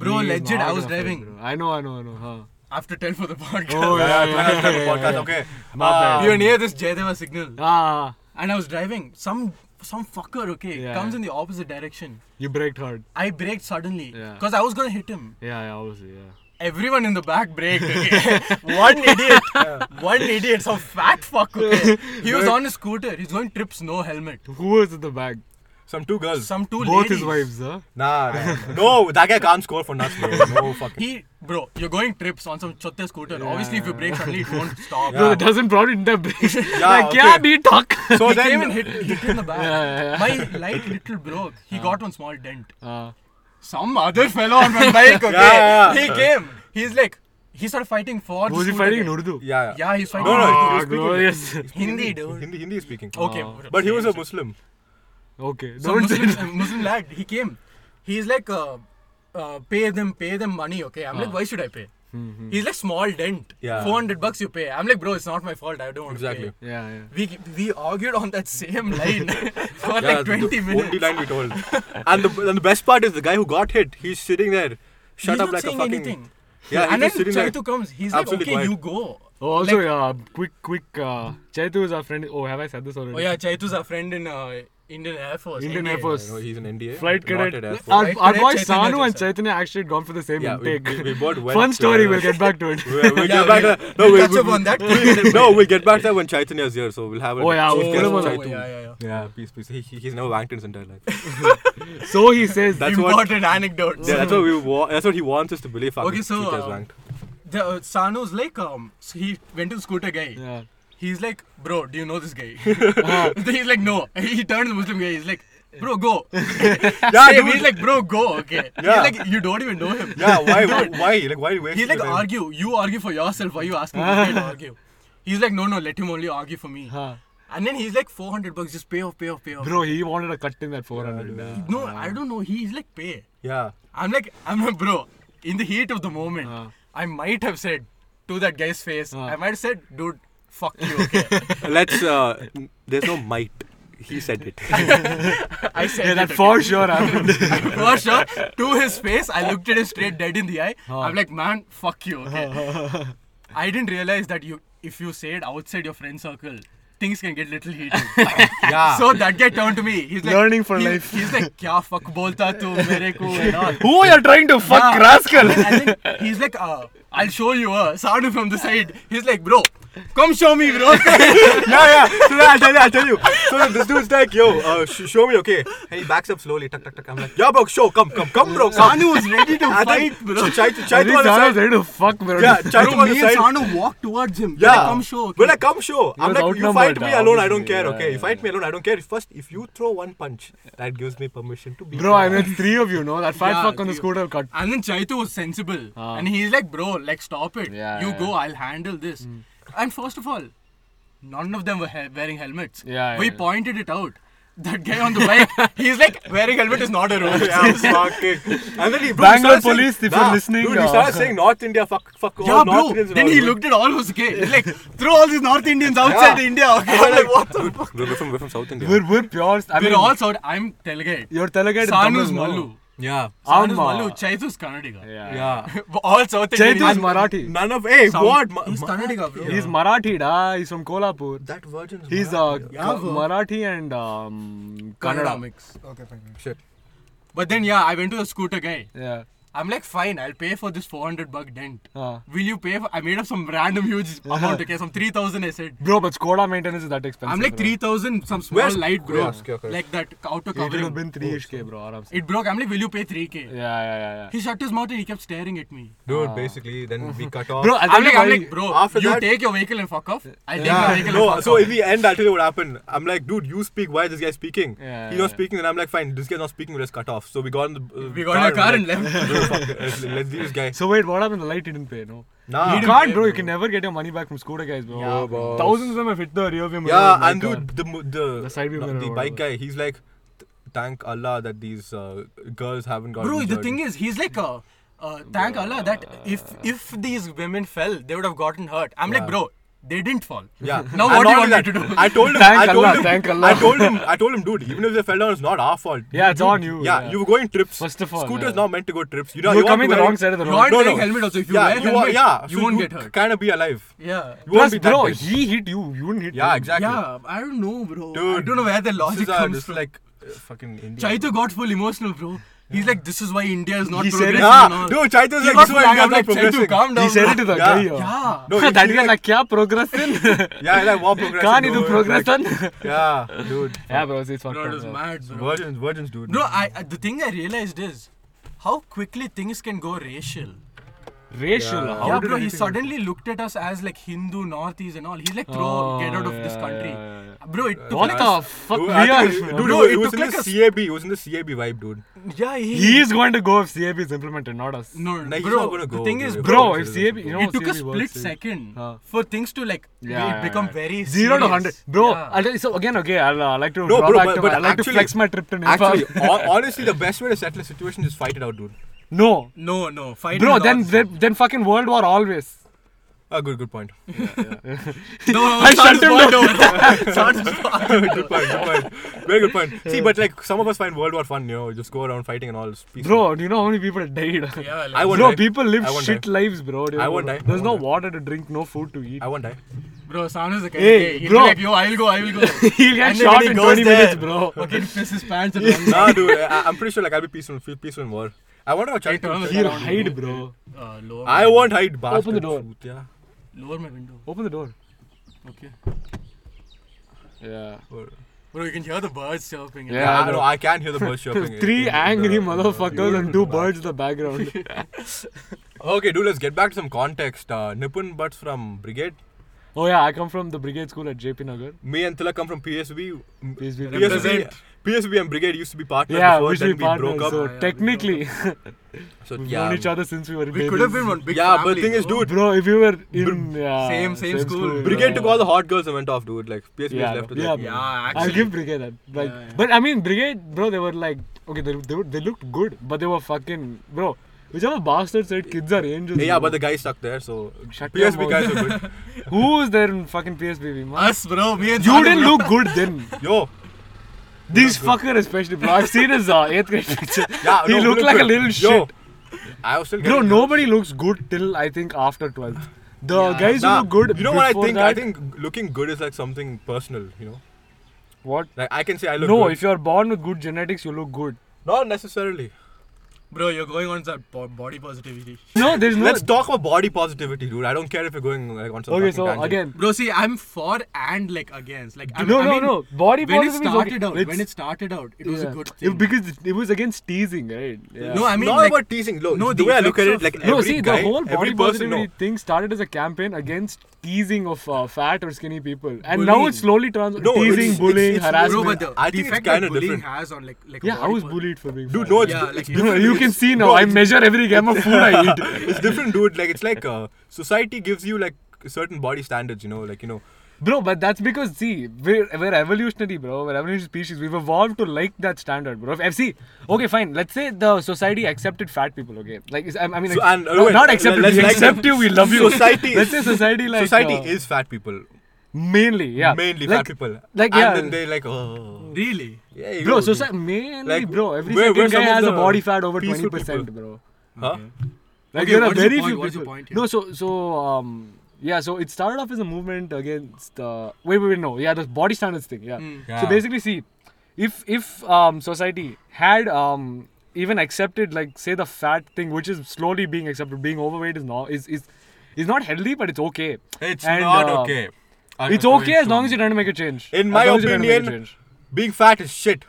S3: Bro,
S2: He is
S3: legit,
S2: not
S3: I was
S2: gonna fight,
S3: driving
S2: bro. I know, I know, I know. Huh.
S3: after 10 for the podcast.
S2: Oh,
S1: Yeah,
S2: yeah, yeah, yeah,
S1: yeah,
S2: yeah,
S1: podcast,
S2: yeah.
S1: okay. Uh,
S2: My bad.
S3: We were near this Jayadeva signal,
S2: Ah,
S3: and I was driving. Some some fucker, okay,
S2: Yeah.
S3: comes in the opposite direction.
S2: you braked hard.
S3: I braked suddenly
S2: Yeah.
S3: because I was gonna hit him.
S2: Yeah, yeah, obviously, yeah.
S3: Everyone in the back braked.
S2: *laughs*
S3: Okay? one idiot, one idiot, some fat fuck. Okay? He was on a scooter. He's going trips, no helmet.
S2: Who was in the back?
S1: Some two girls.
S3: Some two
S2: Both
S3: ladies.
S2: his wives, huh? *laughs*
S1: Nah, nah, no, that guy can't score for nuts, bro. No fucking.
S3: He, bro, you're going trips on some chotte scooter. Obviously, if you brake suddenly, it won't stop.
S2: No, it doesn't probably didn't have brakes. like,
S1: okay.
S2: Ah. yeah, be talk.
S1: So
S3: he
S1: then,
S3: came and hit, hit in the back.
S2: yeah, yeah.
S3: My light little broke. He got one small dent.
S2: Uh,
S3: Some other fellow on my
S1: *laughs*
S3: bike, okay?
S1: Yeah, yeah.
S3: He came. He's like, he started fighting for. the
S2: was he
S3: scooter
S2: fighting in
S3: again.
S2: Urdu?
S1: yeah, yeah.
S3: Yeah, he's fighting.
S1: No, no, he
S3: for the
S1: was
S2: Ah,
S1: speaking.
S2: glorious.
S3: Hindi, dude.
S1: Hindi, Hindi is speaking.
S3: scooter. Okay,
S1: But he was a
S3: same.
S1: Muslim.
S2: Okay.
S3: So
S2: Don't say
S3: Muslim,
S2: that.
S3: uh, *laughs* Muslim lad, he came. He's like, uh, uh, pay them, pay them money, okay? I'm
S2: Ah.
S3: like, why should I pay?
S2: Hmm,
S3: He's like, small dent.
S1: Yeah.
S3: 400 bucks you pay. I'm like, bro, it's not my fault. I don't want
S1: Exactly.
S3: to
S2: *laughs*
S3: pay.
S2: Yeah, yeah.
S3: We, we argued on that
S1: *laughs*
S3: same line *laughs* for
S1: Yeah,
S3: like 20
S1: the
S3: minutes.
S1: Only line we
S3: *laughs*
S1: told. And the, and the best part is the guy who got hit, he's sitting there, shut up
S3: he's not
S1: like a
S3: saying
S1: fucking.
S3: anything.
S1: Yeah, he's
S3: and then
S1: just sitting there.
S3: Chaitu comes. He's
S1: Absolutely
S3: like, okay,
S1: quiet.
S3: you go.
S2: Oh, also, yeah, quick, quick. Uh, Chaitu is our friend. Oh, have I said this already?
S3: Oh yeah, Chaitu's our friend in uh, Indian Air Force.
S2: Indian
S3: NDA.
S2: Air Force.
S1: No, he's an NDA.
S2: Flight
S1: not
S2: cadet.
S1: at Air Force.
S3: *laughs*
S2: Our,
S3: Flight
S2: our
S3: cadet
S2: boy
S3: Chaitanya
S2: Sanu and
S3: Joseph.
S2: Chaitanya actually had gone for the same
S1: Yeah, we,
S2: intake.
S1: we, we both went.
S2: Fun story,
S1: uh,
S2: we'll get back to it.
S1: *laughs* we- We'll,
S3: Yeah,
S1: get back
S3: we'll-
S1: to no,
S3: we'll
S1: we'll,
S3: touch upon that.
S1: we'll- no, we'll get back to that when Chaitanya is here. So we'll have a
S2: Oh, yeah,
S1: chief
S2: we'll
S1: guest
S2: pull him
S1: of
S2: on that.
S3: Oh,
S1: Chaitu.
S3: yeah, yeah, yeah.
S1: Yeah, peace, peace. He, he- he's never wanked in his entire
S3: *laughs*
S1: life.
S2: so he says,
S1: That's what.
S3: Important anecdotes.
S1: Yeah, that's what we. Wa- that's what he wants us to believe. fuck,
S3: Okay, so,
S1: Chaitanya is
S3: uh, *laughs*
S1: wanked.
S3: The uh, Sanu's like um, so he went to the scooter guy.
S2: yeah.
S3: He's like, bro, do you know this
S1: *laughs*
S3: guy? *laughs* he's like, no. *laughs* He turned to the Muslim guy. He's like, bro, go.
S1: *laughs*
S3: *laughs*
S1: Yeah,
S3: Same,
S1: dude.
S3: he's like, bro, go. Okay.
S1: *laughs* Yeah.
S3: He's like, you don't even know him.
S1: Yeah, why, why, like, why waste?
S3: *laughs* He's like,
S1: your time?
S3: argue. You argue for yourself. Why you asking this guy
S1: *laughs*
S3: to argue? He's like, no, no. Let him only argue for me.
S2: Huh.
S3: And then he's like, 400 bucks. Just pay off, pay off, pay off.
S2: Bro, he wanted a cut in that 400. Yeah,
S3: No, I don't know. He's like, pay.
S1: Yeah,
S3: I'm like, I'm a bro. In the heat of the moment,
S2: Uh.
S3: I might have said to that guy's face,
S2: Uh.
S3: I might have said, dude, fuck you,
S2: *laughs*
S3: okay?
S1: let's. Uh, n- there's no might. He said it.
S3: I said
S2: yeah
S3: it,
S2: that
S3: okay?
S2: for sure happened.
S3: *laughs* For sure. To his face, I looked at him straight dead in the eye. I'm like, man, fuck you, okay? I didn't realize that you, if you say it outside your friend circle, things can get little heated.
S1: yeah.
S3: so that guy turned to me. He's like,
S2: Learning for
S3: he-
S2: life.
S3: He's like, kya fuck bolta tu mere ko and all.
S2: Who you're trying to fuck,
S3: Yeah.
S2: rascal?
S3: And then he's like, uh, I'll show you, uh, Sanu from the side. He's like, bro, come show me, bro.
S1: yeah, yeah. So then I'll tell you, I'll tell you. So then this dude's like, yo, uh, sh- show me, okay. And he backs up slowly, tuck, tuck, tuck. I'm like, yeah, bro, show, come, come, come, bro. Come.
S3: Sanu was ready to
S1: And then
S3: fight, bro.
S1: Ch- Chaitu,
S2: I
S1: Chaitu
S2: think
S1: on the
S2: Sana's
S1: side.
S2: ready to fuck, bro.
S1: Yeah, Chaitu
S3: Bro,
S1: on the
S3: me and
S1: side.
S3: Sanu walked towards him.
S1: Yeah.
S3: Like, come show, okay?
S1: When I come show, I'm
S2: was
S1: like, you
S2: outnumbered,
S1: fight me alone, I don't
S2: obviously.
S1: care,
S2: Yeah,
S1: okay? You
S2: yeah,
S1: fight me alone, I don't care. First, if you throw one punch, that gives me permission to be.
S2: Bro, I mean, it's three of you, no? That fat
S3: Yeah,
S2: fuck on the
S3: three.
S2: scooter cut.
S3: And then Chaitu was sensible.
S2: Ah.
S3: And he's like, bro, like, stop it.
S2: Yeah,
S3: you
S2: yeah, Hmm.
S3: go, I'll handle this. And first of all, none of them were he- wearing helmets.
S2: Yeah,
S3: We
S2: yeah.
S3: pointed it out. that guy on the
S2: *laughs*
S3: bike, he's like wearing helmet is not a
S1: *laughs*
S3: rule. *laughs*
S1: yeah, fucking. And then he, bro, he
S2: Bangalore
S1: started
S2: police,
S1: saying,
S2: if you're
S1: nah,
S2: listening,
S1: Dude, he
S2: uh,
S1: started saying North India, fuck, fuck all
S3: Yeah,
S1: North
S3: bro.
S1: Indians. and
S3: Then
S1: all,
S3: he
S1: *laughs* dude.
S3: looked at all those gay. He's like, throw all these North Indians outside
S1: Yeah.
S2: *laughs*
S3: India. Okay. I'm like, what the fuck?
S5: We're from, we're from South India.
S2: We're, we're pure. I mean,
S3: We're all sort. I'm Telagate.
S2: you're Telagate. and
S3: Sanu's
S2: Tamil, no?
S3: Malu.
S1: Yeah.
S3: Sanu's
S2: Amma.
S3: Malu. Chaitu's Kannadiga.
S2: Yeah.
S1: Yeah.
S3: *laughs* all South
S2: Chaitu is
S3: Indian.
S2: Marathi.
S1: None of. Hey, what? Ma-
S3: He's
S1: ma-
S3: Kannadiga, bro.
S2: He's Marathi, da. He's from Kolhapur.
S1: That virgin.
S2: He's uh,
S3: Yeah, bro.
S2: Marathi and um,
S3: Kannada
S2: Kannada.
S3: mix.
S6: Okay, fine.
S1: uh, Shit.
S3: But then yeah, I went to the scooter guy.
S2: Yeah.
S3: I'm like, fine, I'll pay for this 400 buck dent.
S2: Uh.
S3: Will you pay for? I made up some random
S1: *laughs*
S3: huge amount. Okay, some 3,000. I said.
S2: Bro, but Skoda maintenance is that expensive.
S3: I'm like
S2: bro.
S3: 3,000. Some small
S1: Where's-
S3: light, bro.
S1: Yeah, okay, okay.
S3: Like that outer
S2: It would have
S3: covering.
S2: been 3 ish K, bro. Aram se.
S3: It broke. I'm like, will you pay 3k?
S2: Yeah, yeah, yeah. yeah.
S3: He shut his mouth and he kept staring at me.
S1: Dude, basically, then
S2: *laughs*
S1: we cut off.
S2: Ah.
S1: *laughs*
S2: Bro, I'll tell
S3: I'm like,
S2: you
S3: I'm
S2: why-
S3: like, bro,
S1: After
S3: you
S1: that-
S3: take your vehicle and fuck off. I'll take my
S1: Yeah,
S3: vehicle and
S1: no.
S3: fuck
S1: So
S3: off.
S1: in the end, I'll tell you what happened. I'm like, dude, you speak. Why is this guy speaking?
S2: Yeah,
S1: He's not
S2: yeah.
S1: speaking, and I'm like, fine, this guy's not speaking. Let's cut off. So we got in the. Uh,
S3: we got in the car and
S1: we're
S3: left.
S1: *laughs* like, fuck it, let's, let's leave this
S2: *laughs*
S1: guy.
S2: So wait, what happened? The light didn't pay, no?
S1: Nah.
S2: you can't, bro. You can never get your money back from Skoda guys, bro.
S1: Yeah, boss.
S2: Thousands of them have hit the rear view mirror.
S1: Yeah,
S2: of my
S1: and
S2: car.
S1: dude, the mo- the
S2: The side view
S1: no,
S2: mirror
S1: the
S2: or
S1: bike
S2: whatever.
S1: guy, he's like, thank Allah that these uh, girls haven't got.
S3: Bro, the thing is, he's like a. Uh, thank Allah that if if these women fell, they would have gotten hurt. I'm like,
S1: Yeah.
S3: bro, they didn't fall.
S2: *laughs*
S1: yeah.
S3: Now
S1: And
S3: what do you
S1: not
S3: want
S1: only
S3: me
S1: that,
S3: to do?
S1: I told him.
S2: Thank
S1: I told
S2: Allah,
S1: him.
S2: thank Allah.
S1: I told him. I told him, dude. Even if they fell down, it's not our fault.
S2: Yeah, it's on you.
S1: Yeah, you were going trips.
S2: First of all,
S1: scooter's
S2: yeah.
S1: not meant to go trips. You know,
S2: You were
S1: you
S2: coming
S1: to
S2: the wrong side of the
S3: You
S2: road.
S3: aren't
S1: No,
S3: wearing
S1: no.
S3: helmet also. If you
S1: yeah,
S3: wear
S1: you
S3: helmet,
S1: are, yeah.
S3: you
S1: so
S3: won't
S1: you
S3: get hurt.
S1: Kind of be alive.
S3: Yeah.
S1: You won't
S2: Plus,
S1: be that
S2: bro,
S1: bitch.
S2: he hit you. You didn't hit
S1: Yeah,
S2: him.
S1: exactly.
S3: Yeah, I don't know, bro. I
S1: Dude,
S3: don't know where the
S1: This
S3: logic
S1: is uh,
S3: comes
S1: this
S3: from.
S1: is like uh, fucking India.
S3: Chaito got full emotional, bro. He's like, this is why India is not
S2: He said "Ah, it.
S3: progressing and
S1: Yeah,
S3: all.
S1: dude, Chaito's
S3: He
S1: like
S3: got
S1: this
S3: full
S1: one.
S3: I'm
S1: not
S3: like, Chaitu,
S1: progressing.
S3: calm down.
S2: He said it
S3: bro.
S2: to the
S1: Yeah.
S2: guy.
S3: Yeah.
S1: No,
S2: *laughs* that
S1: he's
S2: guy like,
S1: like,
S2: kya progressin?
S1: yeah, like war progressing.
S2: *laughs* Can't you do
S1: dude. Like,
S2: progressin?
S1: Yeah, dude.
S2: *laughs* Yeah, bro, it's fucked
S3: Bro, it
S2: up.
S3: was
S2: bro.
S3: mad, bro.
S1: Virgins, virgins, dude.
S3: No, I, I- the thing I realized is how quickly things can go racial.
S2: Racial.
S1: Yeah.
S2: How
S3: yeah,
S2: did
S3: bro, he
S2: anything-
S3: suddenly looked at us as like Hindu, Northeast, and all. He's like, throw,
S2: Oh,
S3: get out of this
S2: yeah,
S3: country.
S2: yeah, yeah.
S3: Bro, it took
S2: What
S3: like
S2: the fuck?
S1: Dude,
S2: We
S1: I
S2: are.
S1: think- dude,
S3: Bro,
S1: it,
S3: it
S1: was
S3: took
S1: in
S3: like
S1: the
S3: a-
S1: CAB. It was in the CAB vibe, dude.
S3: Yeah, he.
S2: He is going to go if CAB is implemented, not us.
S3: No, no,
S1: Nah, he's
S3: bro.
S1: not gonna
S3: the
S1: go,
S3: thing is,
S1: bro.
S2: Bro,
S1: Bro,
S2: if CAB, you know,
S3: it took a
S2: CAB
S3: split
S2: works, it-
S3: second
S2: Huh.
S3: for things to like be-
S2: Yeah, yeah,
S3: become
S2: yeah.
S3: very
S2: Zero to
S3: serious.
S2: hundred, bro.
S3: Yeah.
S2: I'll, tell you- so again, okay, I'll uh, like to
S1: No,
S2: draw
S1: bro,
S2: back
S1: but-
S2: to
S1: but
S2: my, I like to
S1: actually-
S2: flex my trip to Nepal.
S1: Actually, hon- honestly, the best way to settle a situation is fight it out, dude.
S2: no,
S3: No, no, fight.
S2: bro.
S3: is
S2: Then,
S3: not-
S2: then then fucking World War always.
S1: Ah, good, good point.
S3: no,
S2: I
S3: start
S2: shut him
S3: this
S2: down.
S3: *laughs* boy Start this boy.
S1: good point, good point. Very good point. See, but like some of us find World War fun, you know, just go around fighting and all. it's peaceful.
S2: Bro, do you know how many people died?
S3: Yeah, like,
S1: I won't
S2: Bro,
S1: die.
S2: people live
S1: I won't
S2: shit
S1: die.
S2: lives, bro. dude.
S1: I won't die. I
S2: There's no
S1: won't die.
S2: water to drink, no food to eat.
S1: I won't die.
S3: bro, Sam is the kind
S2: Hey,
S3: of guy. He'll be
S2: bro.
S3: like, yo, I'll go, I will go. *laughs*
S2: He'll get
S3: And then
S2: shot
S3: when he
S2: in
S3: goes
S2: 20
S3: there,
S2: minutes,
S1: *laughs*
S2: bro.
S3: Fucking piss his pants and runs.
S1: nah, dude, I, I'm pretty sure like I'll be peaceful, feel peaceful in war. I wonder how
S3: Hey, turn
S1: Chaito.
S3: the
S2: He'll
S3: around.
S2: hide, bro.
S3: Uh, lower,
S1: I won't hide, bastard.
S2: Open the door.
S1: Shoot, Yeah.
S3: lower my window.
S2: Open the door.
S3: Okay.
S2: Yeah.
S1: Or-
S3: Bro, you can hear the birds chirping.
S2: Yeah.
S1: Yeah,
S2: I
S1: I
S2: know.
S1: know. I can hear the birds chirping. in-
S2: Three
S1: in the-
S2: angry
S1: in the-
S2: motherfuckers and two birds in the background.
S1: *laughs* Okay, dude, let's get back to some context. Uh, Nipun Butts from Brigade.
S2: oh yeah, I come from the brigade school at JP Nagar.
S1: Me and Tilak come from PSB. M-
S2: PSB.
S1: PSB, PSB and Brigade used to be partners
S2: Yeah,
S1: before,
S2: we
S1: then
S2: should
S1: we
S2: be partners.
S1: broke up.
S2: so
S3: Yeah, yeah, we
S2: technically,
S1: so,
S2: we've
S1: yeah.
S2: known each other since we were
S3: We
S2: babies.
S3: could have been one big
S1: yeah, but
S3: family,
S1: the thing is,
S3: bro.
S1: dude,
S2: Bro, if you were in yeah,
S3: Same- same school.
S1: Brigade
S2: yeah.
S1: took all the hot girls and went off, dude. Like, PSB
S2: Yeah,
S1: was left with
S2: yeah,
S1: like,
S2: bro.
S3: Yeah, actually.
S2: I'll give Brigade that. Like,
S3: Yeah, yeah.
S2: but I mean, Brigade, bro, they were like, okay, they, they, were- they looked good, but they were fucking, bro. Whichever bastard said kids are angels.
S1: Yeah, but the
S2: bro.
S1: guy stuck there, so
S2: Shut your
S1: PSB guys are good.
S2: who was there in fucking PSBB? Man?
S3: Us, bro. Me and
S2: You
S3: Sanu,
S2: didn't
S3: bro.
S2: look good then.
S1: *laughs* Yo,
S2: This fucker especially, bro. I've seen his uh, eighth grade picture. *laughs*
S1: yeah,
S2: He
S1: no,
S2: looked
S1: good,
S2: like a
S1: good.
S2: little
S1: Yo,
S2: shit.
S1: I was still.
S2: Bro,
S1: getting-
S2: nobody looks good till I think after 12th. The guys
S1: Nah,
S2: who look good.
S1: You know what I
S2: before
S1: think?
S2: That,
S1: I think looking good is like something personal. You know,
S2: What?
S1: like I can say I *laughs* look.
S2: No,
S1: good.
S2: if you're born with good genetics, you look good.
S1: not necessarily.
S3: Bro, you're going on that bo- body positivity.
S2: No, there's no.
S1: Let's talk about body positivity, dude. I don't care if you're going like on some.
S2: okay,
S1: fucking
S2: so
S1: tangent.
S2: again.
S3: Bro, see, I'm for and like against. Like, I'm,
S2: no,
S3: I
S2: no,
S3: mean,
S2: no. Body
S3: When
S2: positivity
S3: it
S2: is
S3: started
S2: okay.
S3: out,
S2: Let's-
S3: when it started out, it was a
S2: yeah.
S3: good
S2: It-
S3: thing.
S2: because it was against teasing, right? Yeah.
S3: no, I mean,
S1: not
S3: like,
S1: about teasing. Look,
S3: no,
S1: no, the
S3: the
S1: way I look at it,
S3: effects
S1: like
S3: of-
S1: every
S2: No, see,
S1: guy,
S2: the whole
S1: every
S2: body
S1: person,
S2: positivity
S1: no.
S2: thing started as a campaign against teasing of uh, fat or skinny people, and now
S3: Bullying.
S2: it's slowly trans
S1: No, it's-
S2: teasing,
S1: it's-
S2: bullying,
S1: it's-
S2: harassment.
S3: bro, but the
S1: I think it's
S3: effect
S1: kinda
S3: that bullying
S1: different.
S3: has on like, like
S2: yeah, I
S3: body
S2: was
S3: po-
S2: bullied for being
S1: Dude,
S2: fat.
S1: no, it's,
S3: Yeah,
S1: it's
S3: like,
S1: different.
S2: Bro, *laughs* you can
S1: It's-
S2: see
S1: bro,
S2: now. I
S1: it's-
S2: measure every gram of food
S1: *laughs*
S2: I eat.
S1: it's different, dude. Like it's like uh, society gives you like certain body standards. You know, like you know,
S2: Bro, but that's because, see, we're, we're evolutionary, bro. We're evolutionary species. We've evolved to like that standard, bro. If FC, okay, fine. Let's say the society accepted fat people, okay? Like, is- I, I mean,
S1: So,
S2: like,
S1: and,
S2: no,
S1: wait,
S2: not accepted.
S1: let's
S2: we
S1: like-
S2: accept you. We love you.
S1: Society-
S2: *laughs* Let's say society, like.
S1: Society
S2: uh,
S1: is fat people.
S2: Mainly, yeah.
S1: Mainly fat
S2: like,
S1: people.
S2: like,
S1: and
S2: yeah.
S1: then they like, oh.
S3: Really?
S1: Yeah, you
S2: Bro,
S1: know,
S2: society, mainly,
S1: Like,
S2: bro. Every
S1: where-
S2: second
S1: where
S2: guy
S1: some of
S2: has a
S1: the
S2: body fat over
S1: peaceful
S2: 20%,
S1: people?
S2: bro.
S1: Huh?
S2: Like
S3: Okay,
S2: there are
S3: what's your
S2: very
S3: point?
S2: few
S3: What's your
S2: people.
S3: point here?
S2: No, so so um yeah, so it started off as a movement against uh, wait wait wait no yeah the body standards thing yeah. So
S1: Yeah.
S2: basically, see, if if um society had um even accepted like say the fat thing which is slowly being accepted, being overweight is not is is is not healthy but it's okay.
S1: It's
S2: And,
S1: not
S2: uh,
S1: okay.
S2: It's okay as long as you're trying to make a change.
S1: In
S2: As
S1: my
S2: long as you're trying to make a
S1: opinion,
S2: change.
S1: being fat is shit.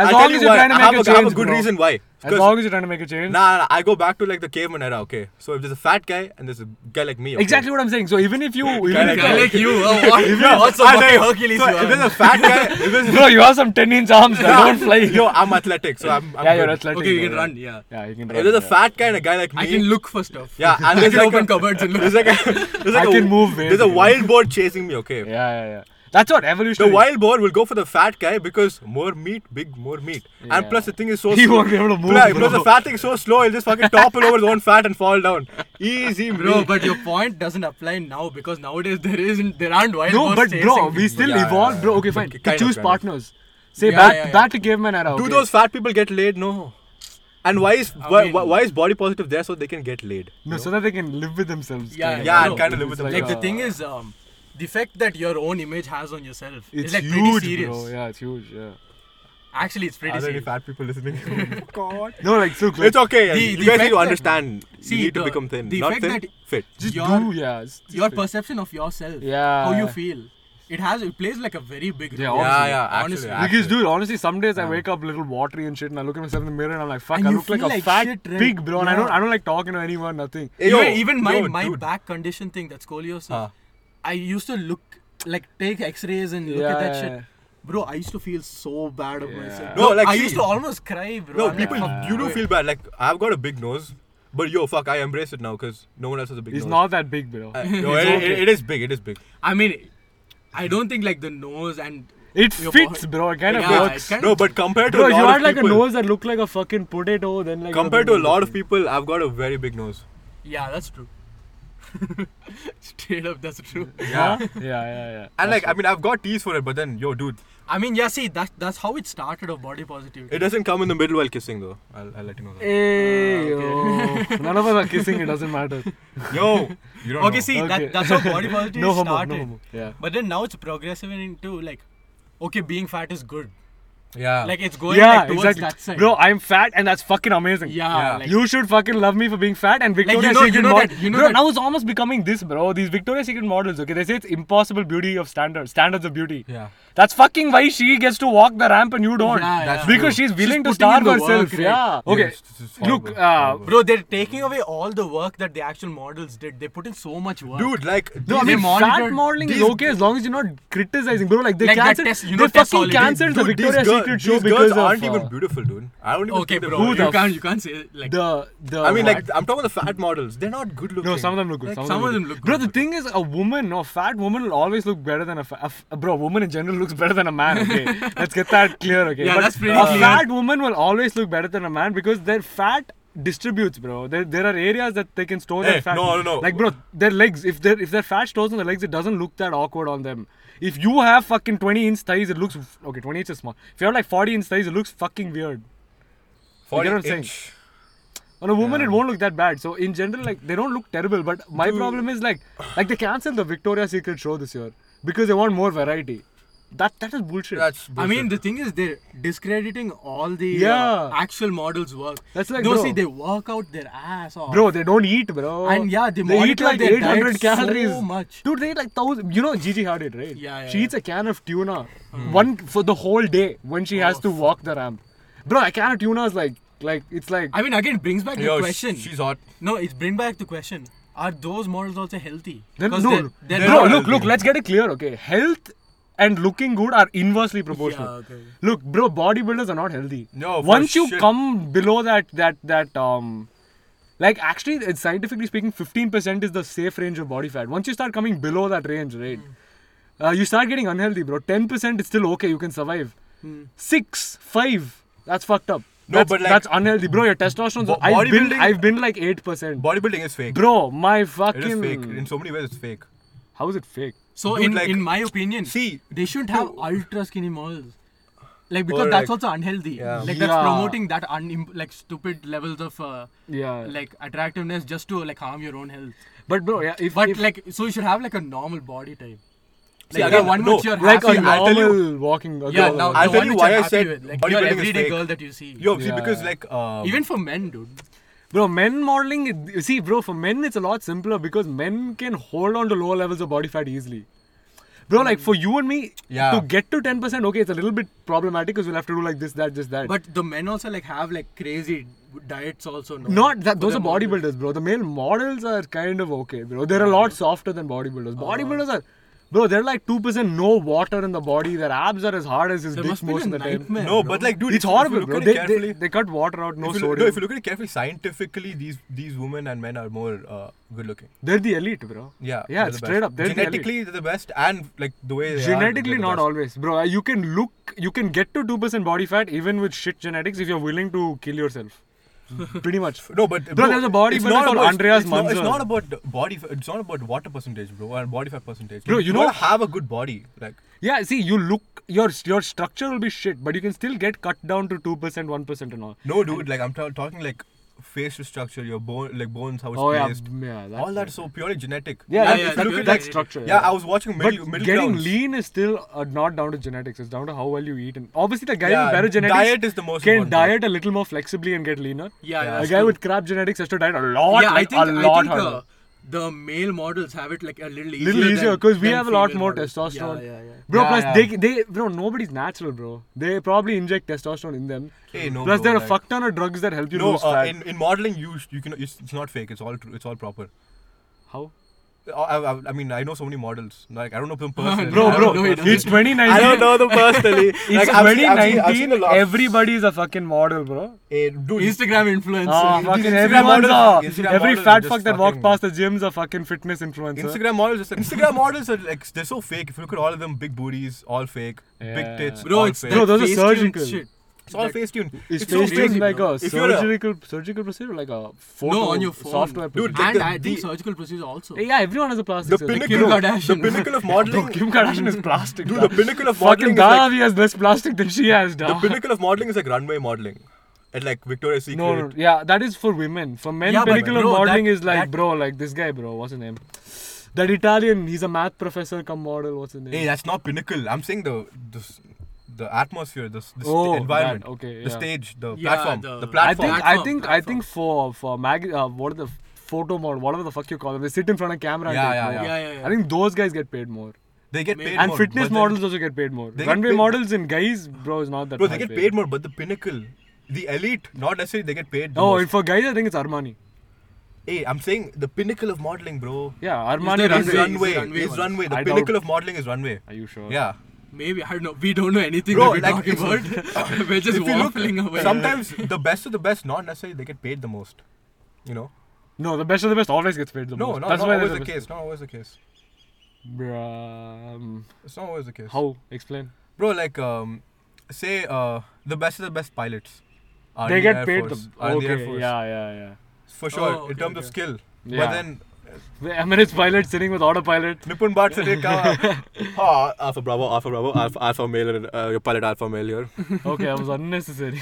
S2: as
S1: I'll
S2: long
S1: tell
S2: as
S1: you
S2: you're
S1: why.
S2: trying to
S1: I
S2: make
S1: have
S2: a
S1: a,
S2: change,
S1: I have a good
S2: bro.
S1: reason why.
S2: As
S1: Because
S2: long as you're trying to make a change.
S1: Nah, nah, I go back to like the caveman era. Okay, so if there's a fat guy and there's a guy like me. Okay?
S2: Exactly what I'm saying. So even if you, even
S1: Correct.
S2: if
S3: I
S1: Correct.
S3: like
S2: *laughs*
S3: you. Oh, what?
S1: Yeah,
S3: What's the
S1: I
S3: fucking
S1: know.
S3: Hercules
S1: So
S3: you
S1: if there's
S3: are?
S1: a fat guy, if
S2: *laughs*
S1: there's
S2: Bro, you have some 10 inch arms that don't *laughs* fly.
S1: Yo, I'm athletic, so I'm. I'm
S2: yeah,
S1: good.
S2: you're athletic.
S3: Okay, you
S2: bro,
S3: can
S2: yeah.
S3: run. Yeah.
S2: Yeah, you can run.
S1: If there's a
S2: yeah.
S1: fat guy and a guy like me.
S3: I can look for
S2: *laughs*
S3: stuff. *laughs*
S1: Yeah, and
S3: I
S1: there's
S3: can
S1: like
S3: open
S1: a,
S3: cupboards and
S1: There's
S3: look.
S1: like a, there's
S2: I
S1: like a,
S2: can move waves,
S1: There's a
S2: you know.
S1: wild boar chasing me. Okay.
S2: Yeah, yeah, yeah. That's what
S1: The
S2: evolutionary.
S1: wild boar will go for the fat guy because more meat, big more meat, and
S2: Yeah.
S1: plus the thing is so
S2: *laughs* He
S1: slow.
S2: won't be able to move,
S1: Plus- plus
S2: bro.
S1: the fat thing is so slow, he'll just fucking topple over his own fat and fall down. Easy,
S3: Bro, but your point doesn't apply now because nowadays there isn't, there aren't wild
S2: no,
S3: boars
S2: but
S3: chasing
S2: bro,
S3: people.
S2: we still
S1: Yeah, yeah,
S2: evolved,
S1: yeah.
S2: bro. Okay, fine.
S1: Okay,
S2: to
S1: kind of,
S2: choose
S1: kind of.
S2: partners. Say
S3: Yeah,
S2: back,
S3: yeah, yeah.
S2: back to caveman era.
S1: Do
S2: okay.
S1: those fat people get laid? No. And why is
S3: I
S1: why,
S3: mean-
S1: why- why is body positive there so they can get laid?
S2: No, so that they can live with themselves.
S3: Yeah,
S2: kind of.
S1: Yeah,
S3: No,
S1: and kind of live with
S2: it's
S1: them.
S3: Like
S1: Like,
S3: the thing is, um, the fact that your own image has on yourself
S2: It's
S3: is like
S2: huge,
S3: pretty serious.
S2: bro. Yeah, it's huge. Yeah.
S3: Actually, it's pretty
S1: are there any
S3: serious.
S1: fat people listening? God.
S2: *laughs* No, like so. Like,
S1: It's okay.
S3: The-
S1: you
S3: the
S1: guys
S3: fact
S1: need to
S3: that-
S1: understand.
S3: See,
S1: you need to
S3: the-
S1: become thin.
S3: the
S1: Not
S3: fact
S1: thin.
S3: that-
S1: fit.
S2: just
S3: your-
S2: do, yeah. it's- just
S3: Your
S2: do.
S3: perception of yourself,
S2: Yeah.
S3: how you feel, it has it plays like a very big role.
S2: Yeah,
S1: Yeah, yeah.
S3: Honestly.
S1: Actually, actually.
S2: Because dude, honestly, some days I wake up little watery and shit, and I look at myself in the mirror and I'm like, fuck,
S3: And
S2: I
S3: you
S2: look like
S3: feel
S2: a
S3: like
S2: fat
S3: shit, right?
S2: pig, bro. And I don't,
S3: Yeah.
S2: I don't like talking to anyone, nothing.
S1: Hey,
S3: even,
S1: yo,
S3: even my
S1: yo,
S3: my
S1: dude.
S3: back condition thing that's scoliosis.
S1: Ah.
S3: I used to look like take X-rays and look
S2: yeah,
S3: at that
S2: yeah,
S3: shit, bro. I used to feel so bad of
S2: Yeah.
S3: myself.
S1: No, like,
S3: I
S1: see-
S3: used to almost cry, bro.
S1: No,
S3: I'm
S1: people,
S3: like,
S1: you do feel bad. Like I've got a big nose, but yo, fuck, I embrace it now because no one else has a big
S2: It's
S1: nose.
S2: not that big, bro.
S1: Uh, *laughs* yo,
S2: It's
S1: it-
S2: okay.
S1: it- it is big. It is big.
S3: I mean, I don't think like the nose and
S2: *laughs* It
S3: Your
S2: fits,
S3: body-
S2: bro. It kind of
S3: Yeah,
S2: works.
S3: it kind
S1: No,
S3: of-
S1: but compared to
S2: Bro,
S1: a
S2: if
S1: lot
S2: you
S1: of
S2: had like a
S1: people,
S2: nose that looked like a fucking potato, then like
S1: compared to a lot of people, I've got a very big nose.
S3: yeah, that's true. *laughs* Straight up, that's *laughs* true.
S2: yeah, yeah, yeah, yeah.
S1: And like, I mean, I've got teeth for it, but then, yo, dude,
S3: I mean, yeah, see, that that's how it started of body positivity.
S1: it doesn't come in the middle while kissing though. I'll, I'll let you know
S3: *laughs*
S1: that.
S2: *laughs*
S3: Ah,
S2: Hey, yo. none of us are kissing. It doesn't
S3: *laughs*
S2: matter.
S1: Yo, you don't
S3: okay,
S1: know.
S3: see,
S2: Okay.
S3: That, that's
S1: *laughs*
S3: how body positivity
S2: no homo,
S3: started.
S2: no homo. Yeah.
S3: But then now it's progressive into like, okay, being fat is good.
S1: yeah.
S3: Like it's going
S2: Yeah,
S3: like, towards
S2: exactly.
S3: that side.
S2: Bro, I'm fat, and that's fucking amazing.
S3: yeah,
S1: Yeah.
S3: Like,
S2: you should fucking love me for being fat and Victoria's
S3: know- you
S2: Secret
S3: know
S2: model.
S3: that- you know
S2: bro,
S3: that-
S2: now it's almost becoming this, bro. These Victoria's Secret models, okay? They say it's impossible beauty of standards, standards of beauty.
S1: yeah.
S2: That's fucking why she gets to walk the ramp and you don't.
S3: Yeah, That's yeah.
S2: because she's willing to
S3: She's putting
S2: starve
S3: in the
S2: herself.
S3: work, right?
S2: Yeah. Okay.
S1: it's- it's- it's
S2: Look,
S1: horrible,
S2: uh,
S1: horrible.
S3: bro, they're taking away all the work that the actual models did. They put in so much work.
S1: dude, like,
S2: no, I
S1: these-
S2: mean,
S3: they
S2: fat
S3: monitored-
S2: modeling is
S1: these-
S2: okay as long as you're not criticizing, bro. Like they
S3: Like that
S2: cancelled,
S3: test- you know
S2: they
S3: test
S2: fucking
S3: already.
S2: cancelled the
S1: dude, these
S2: Victoria's
S1: girl-
S2: Secret
S1: these
S2: show because
S1: girls
S2: of
S1: aren't
S2: uh,
S1: even beautiful, dude. I don't even.
S3: okay,
S1: think they're
S3: bro,
S2: the
S3: you
S1: beautiful.
S3: can't you can't say it, like
S2: the the.
S1: I mean,
S2: what?
S1: like, I'm talking about the fat models. They're not good looking.
S2: No, some of them look good.
S1: Like,
S2: some,
S3: some
S2: of them
S3: of
S2: look
S3: them
S2: good. Bro,
S3: look
S2: the thing is, a woman, a fat woman, will always look better than a, fa- a f- bro. A woman in general looks better than a man. Okay, let's get that clear. Okay,
S3: Yeah,
S2: but
S3: that's pretty
S2: a
S3: clear.
S2: fat woman will always look better than a man because their fat distributes, bro. There, there are areas that they can store
S1: Hey,
S2: their fat.
S1: no, no, no.
S2: Like, bro, their legs. If their if their fat stores on the legs, it doesn't look that awkward on them. If you have fucking 20 inch thighs, it looks okay. 20 inch is small. If you have like 40 inch thighs, it looks fucking weird.
S1: Forty
S2: You get what I'm saying?
S1: inch.
S2: On a woman, it won't look that bad. So in general, like they don't look terrible. But my problem is like, like they cancelled the Victoria's Secret show this year because they want more variety. That that is bullshit.
S1: That's.
S3: I
S1: bullshit.
S3: mean, the thing is, they're discrediting all the uh,
S2: Yeah.
S3: actual models' work.
S2: That's like,
S3: no,
S2: bro.
S3: see, they work out their ass off.
S2: bro, they don't eat, bro.
S3: And yeah, they
S2: they eat
S3: monitor
S2: like
S3: their
S2: 800
S3: diet so
S2: calories.
S3: much.
S2: Dude, they eat like thousand. You know, Gigi had it right.
S3: Yeah, yeah,
S2: She
S3: yeah. Hmm.
S2: eats a can of tuna one for the whole day when she
S3: Oh,
S2: has to walk the ramp. Bro, a can of tuna is like like it's like
S3: I mean, again, it brings back
S1: Yo,
S3: the
S1: sh-
S3: question.
S1: She's hot.
S3: no, it's bring back the question: Are those models also healthy?
S2: Then, no,
S3: 'Cause
S2: no.
S3: they're- they're
S2: bro,
S3: not
S2: look, look,
S3: healthy.
S2: let's get it clear, okay? Health and looking good are inversely proportional.
S3: Yeah, okay.
S2: Look, bro, bodybuilders are not healthy.
S1: No, for
S2: Once you
S1: shit.
S2: come below that, that, that, um, like actually, it's scientifically speaking, 15% is the safe range of body fat. Once you start coming below that range, right?
S1: Hmm.
S2: uh, you start getting unhealthy, bro. Ten percent is still okay. You can survive. Six, five. That's fucked up.
S1: Hmm. No,
S2: that's,
S1: but like-
S2: that's unhealthy, bro. Your testosterone.
S1: Bo-
S2: I've been,
S1: bodybuilding-
S2: I've been like eight percent,
S1: Bodybuilding is fake.
S2: bro. My
S1: It is fake. In
S2: fucking.
S1: so many ways, it's fake.
S2: How is it fake?
S3: So
S1: Dude,
S3: in,
S1: like-
S3: in my opinion,
S1: See,
S3: they should have ultra skinny models. Like because
S1: Or
S3: that's
S1: like-
S3: also unhealthy.
S1: Yeah.
S3: Like that's
S2: Yeah.
S3: promoting that un- like stupid levels of uh,
S2: Yeah,
S3: like attractiveness just to like harm your own health.
S2: but bro, yeah, if,
S3: But
S2: if
S3: like so you should have like a normal body type. Like
S1: See,
S3: the
S1: again,
S3: one
S1: no,
S3: which you're
S2: like
S3: happy
S2: a
S3: with.
S1: I'll tell you-
S2: normal walking. a
S3: yeah,
S2: girl.
S3: now
S1: I'll
S3: the
S1: tell
S3: one
S1: you
S3: which
S1: why
S3: you're
S1: I
S3: happy
S1: said
S3: with, like your
S1: bodybuilding is
S3: everyday
S1: fake.
S3: girl that you see.
S1: yo, see,
S2: Yeah.
S1: because like, um,
S3: Even for men, dude.
S2: Bro, men modeling, it- you see, bro, for men it's a lot simpler because men can hold on to lower levels of body fat easily. Bro, like for you and me,
S1: Yeah.
S2: to get to 10%, okay, it's a little bit problematic because we'll have to do like this, that, just that.
S3: But the men also like have like crazy diets also. No?
S2: not that,
S3: For
S2: those are
S3: them also.
S2: bodybuilders, bro. The male models are kind of okay, bro. They're a lot softer than bodybuilders.
S1: Uh-huh.
S2: Bodybuilders are, bro, they're like 2% no water in the body. Their abs are as hard as his
S3: There
S2: dick
S3: must be
S2: most
S3: a
S2: of the time.
S3: nightmare.
S1: no,
S3: bro.
S1: but like, dude,
S2: It's
S1: if you- if you
S2: horrible,
S1: look
S2: bro.
S1: at it
S2: They, they,
S1: carefully-
S2: they cut water out, no
S1: if you, look-
S2: sodium.
S1: no, if you look at it carefully, scientifically, these these women and men are more uh, good looking.
S2: they're the elite, bro.
S1: Yeah,
S2: Yeah,
S1: they're the
S2: straight
S1: best.
S2: up, they're the elite.
S1: Genetically, they're the best, and like the way they
S2: genetically
S1: are, they're the
S2: not
S1: best.
S2: always bro uh, you can look you can get to 2% body fat even with shit genetics if you're willing to kill
S1: *laughs*
S2: yourself pretty much
S1: No, but
S2: Bro, there's a bodybuilder
S1: it's not
S2: called
S1: about-
S2: Andreas
S1: it's not, it's
S2: Munzer.
S1: not about the body. f- It's not about water percentage, bro, and body fat percentage.
S2: Bro, you know-
S1: gotta have a good body. Like,
S2: yeah see you look your your structure will be shit but you can still get cut down to 2% 1% and all
S1: no, dude. Like, I'm ta- talking like facial structure, your bone, like bones, how it's
S2: oh yeah
S1: placed.
S2: b- yeah that's
S1: All that is so purely genetic.
S2: yeah,
S1: And if
S2: that-
S1: you
S2: that-
S1: look at,
S2: that's
S1: like-
S2: structure
S1: Yeah, I was watching
S2: but
S1: middle, middle
S2: getting
S1: grounds.
S2: lean is still uh, not down to genetics. It's down to how well you eat, and obviously the guy
S1: Yeah,
S2: with better genetics
S1: diet is the most
S2: can
S1: important part.
S2: diet a little more flexibly and get leaner.
S3: Yeah, yeah,
S2: a
S3: that's
S2: guy
S3: true.
S2: with crap genetics has to diet a lot,
S3: yeah,
S2: like,
S3: I think,
S2: a lot
S3: I think
S2: harder.
S3: uh, the male models have it like a little easier.
S2: little easier
S3: than-
S2: because we
S3: than
S2: have a lot
S3: female
S2: more
S3: models.
S2: testosterone.
S3: Yeah, yeah, yeah.
S2: Bro,
S1: Yeah,
S2: plus
S1: yeah.
S2: they they bro nobody's natural, bro. They probably inject testosterone in them.
S1: Hey, no,
S2: plus
S1: bro,
S2: there are a
S1: like-
S2: fuck ton of drugs that help you
S1: No,
S2: lose
S1: uh,
S2: fat.
S1: in, in modeling, you sh- you can it's, it's not fake. It's all true. It's all proper.
S2: How?
S1: I, I, I mean, I know so many models. Like, I don't know
S2: *laughs*
S1: them personally.
S2: Bro,
S1: I don't
S2: bro,
S1: know personally.
S2: it's 2019.
S1: I don't know
S2: *laughs*
S1: them personally.
S2: It's
S1: Like, I've seen- I've seen-
S2: 2019.
S1: I've seen a lot.
S2: Everybody's a fucking model, bro.
S1: Eh, dude,
S3: Instagram influencer.
S2: Ah,
S1: Instagram
S2: fucking everyone's
S1: models-
S2: a,
S1: Instagram
S2: every
S1: models are
S2: fat
S1: just
S2: fuck that walks
S1: fucking-
S2: past the gym's a fucking fitness influencer.
S1: Instagram models, just like, Instagram models are like they're so fake. If you look at all of them, big booties, all fake,
S2: Yeah.
S1: big tits,
S3: Bro,
S1: all
S3: it's
S1: fake.
S2: Bro, those are
S3: face tuned
S2: surgical.
S3: shit.
S1: it's all face tuned.
S2: Is
S1: so
S2: face
S1: crazy,
S2: like
S1: bro.
S2: a
S1: If you're a-
S2: surgical surgical procedure, like a photo
S3: on your phone.
S2: software.
S1: Dude,
S2: procedure?
S1: like
S3: and
S1: the-
S3: I think
S1: the-
S3: surgical procedures also.
S2: yeah, everyone has a plastic.
S1: the
S2: surgery.
S1: pinnacle,
S3: Kim
S1: of-
S3: Kardashian.
S1: the pinnacle of
S2: *laughs* Bro,
S1: modeling.
S2: Kim Kardashian is plastic.
S1: Dude,
S2: da.
S1: the pinnacle of modeling
S2: Fucking
S1: is like,
S2: Dhavi has less plastic than she has,
S1: the
S2: da.
S1: pinnacle of modeling is like runway modeling, at like Victoria's Secret.
S2: *laughs* No, no, yeah, that is for women. For men,
S3: Yeah, but
S2: pinnacle of
S3: bro, that-
S2: modeling is like,
S3: that-
S2: bro, like this guy, bro, what's his name? That Italian, he's a math professor come model, what's his name?
S1: Hey, that's not pinnacle. I'm saying the the s- the atmosphere, the, s- the st-
S2: Oh,
S1: environment,
S2: that, okay,
S1: the
S2: yeah.
S1: stage, the
S3: Yeah,
S1: platform,
S3: the-
S1: the,
S2: I
S1: platform.
S2: think, I
S3: Platform,
S2: think, I think for for mag, uh, what are the photo model, whatever the fuck you call them, they sit in front of camera.
S1: Yeah,
S2: and take
S1: yeah,
S2: photos.
S3: yeah. Yeah, yeah, yeah.
S2: I think those guys get paid more,
S1: they get paid
S2: and
S1: more,
S2: fitness
S1: but then-
S2: models also get paid more.
S1: they get
S2: Runway
S1: paid-
S2: models and guys, bro, is not that.
S1: Bro, they
S2: much
S1: get paid more, but the pinnacle, the elite, not necessarily they get paid. the
S2: Oh,
S1: most.
S2: and for guys, I think it's Armani.
S1: Hey, I'm saying the pinnacle of modeling, bro.
S2: Yeah,
S3: there
S2: Armani.
S1: Is
S2: Runway.
S3: Runway,
S1: runway.
S3: is runway
S1: Is
S3: one.
S1: runway. The
S2: I doubt-
S1: pinnacle of modeling is runway.
S2: Are you sure?
S1: Yeah. *laughs*
S3: Maybe I don't know. We don't know anything
S1: Bro,
S3: that we're
S1: like,
S3: talking
S1: *laughs*
S3: about. *laughs* we're just
S1: If you look,
S3: waffling away.
S1: *laughs* sometimes the best of the best, not necessarily they get paid the most. You know?
S2: No, the best of the best always gets paid the
S1: No,
S2: most.
S1: not,
S2: That's
S1: not
S2: why
S1: always
S2: they're
S1: the
S2: the
S1: case. Not always the case.
S2: Bruh, um,
S1: It's not always the case.
S2: how? Explain.
S1: Bro, like, um, say, uh, the best of the best pilots. Are
S2: they
S1: in
S2: get
S1: Air
S2: paid
S1: Force,
S2: the.
S1: are in the Air
S2: Okay,
S1: Force.
S2: yeah, yeah, yeah.
S1: For sure,
S3: Oh,
S1: in
S3: okay,
S1: terms of
S3: okay.
S1: skill. But
S2: Yeah.
S1: then,
S2: The Emirates pilot sitting with autopilot. *laughs*
S1: Nippon Bhatt said, "Hey, ka- Ah, Alpha Bravo, Alpha Bravo, Alpha, alpha Male, uh, your pilot Alpha Male here.
S2: Okay, that was
S1: *laughs*
S2: unnecessary.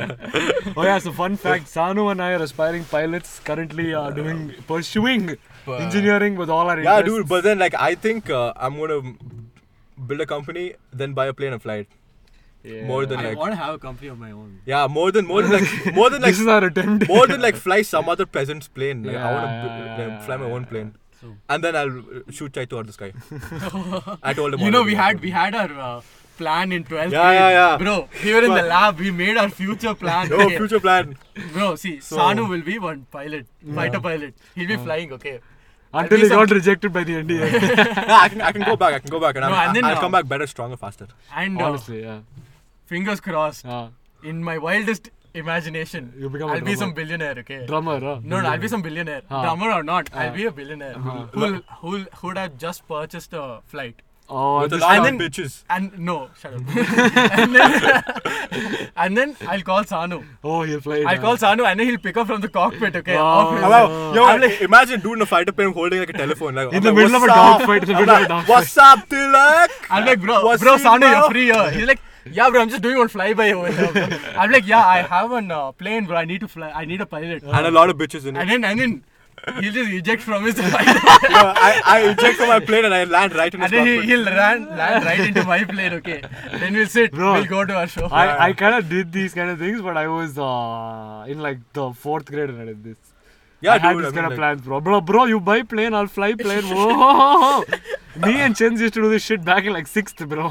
S2: oh yeah, so fun fact: Sanu and I are aspiring pilots. Currently, are doing pursuing engineering with all our
S1: Uh, *laughs* Yeah,
S2: interests.
S1: dude, but then, like, I think uh, I'm gonna m- build a company, then buy a plane and fly it.
S2: Yeah.
S1: More than,
S3: I
S1: like,
S3: want to have a company of my own.
S1: yeah, more than, more than,
S2: *laughs*
S1: like, more than, like,
S2: this is our attempt.
S1: more than, like, fly some other peasant's plane. Like, I wanna
S2: Yeah,
S1: b-
S2: yeah,
S1: like,
S2: yeah,
S1: fly my
S2: yeah,
S1: own
S2: yeah.
S1: plane.
S3: So-
S1: And then I'll uh, shoot Chaito out of the
S2: *laughs*
S1: sky. I told him
S3: You know,
S1: already.
S3: we had we had our uh, plan in 12th
S1: Yeah,
S3: grade.
S1: yeah, yeah.
S3: Bro, we were in the
S1: But-
S3: lab. We made our future
S1: *laughs*
S3: plan. *laughs*
S2: *laughs*
S1: No,
S3: okay?
S1: future plan.
S3: Bro, see, Sanu will be one pilot, fighter pilot. He'll be flying, okay?
S2: *laughs* until he
S3: There'll be
S2: got rejected by the
S1: *laughs*
S2: NDA.
S1: Yeah, I, can, I can go back, I can go back, and,
S3: No,
S1: I'm,
S3: and then
S1: I'll
S2: uh,
S3: now-
S1: come back better, stronger, faster.
S3: And uh,
S2: Honestly, yeah.
S3: fingers crossed,
S2: Uh,
S3: in my wildest imagination,
S2: You become a
S3: I'll be
S2: drummer.
S3: some billionaire, okay?
S2: drummer. Huh?
S3: No, no, I'll be some billionaire.
S2: Huh.
S3: Drummer or not, I'll be a billionaire
S2: Uh-huh.
S3: who'll, who'll, who'd have just purchased a flight.
S2: Oh,
S1: With a
S2: this
S1: lot
S3: and
S1: of
S3: then-
S1: bitches.
S3: And no,
S2: *laughs*
S3: shut up. and, then, and then *laughs* I'll call Sanu.
S2: oh, he'll play. it
S3: I'll
S2: now.
S3: call Sanu and then he'll pick up from the cockpit, okay?
S2: Oh.
S3: of his-
S1: Oh, wow. Yo, imagine dude in a fighter plane holding like a telephone. Like,
S2: In
S1: I'm
S2: the
S1: like,
S2: middle of a
S1: "What's up?"
S2: dogfight, in the
S1: I'm
S2: middle of a
S1: like,
S2: dogfight.
S1: What's up, Tilak?
S3: I'm like, bro,
S1: What's
S3: bro,
S1: it,
S3: Sanu,
S1: bro?
S3: you're free here. He's like, yeah, bro, I'm just doing one flyby over here. Bro. I'm like, yeah, I have an uh, plane, bro. I need to fly. I need a pilot.
S2: Uh,
S1: And a lot of bitches in it.
S3: And then, and then, he'll just eject from his *laughs* pilot.
S1: Yo, I, I eject from my plane and I land right in his
S3: And then he,
S1: cockpit.
S3: he'll ran, land right into my plane, okay? Then we'll sit.
S2: Bro.
S3: We'll go to our show.
S2: I, I kind of did these kind of things, but I was uh, in like the fourth grade when I did this.
S1: Yeah,
S2: I had
S1: dude.
S2: this
S1: I
S2: kind
S1: mean,
S2: of
S1: like,
S2: plans, bro. Bro, bro, you buy plane, I'll fly plane. Whoa. Me and Chenz used to do this shit back in like sixth, bro.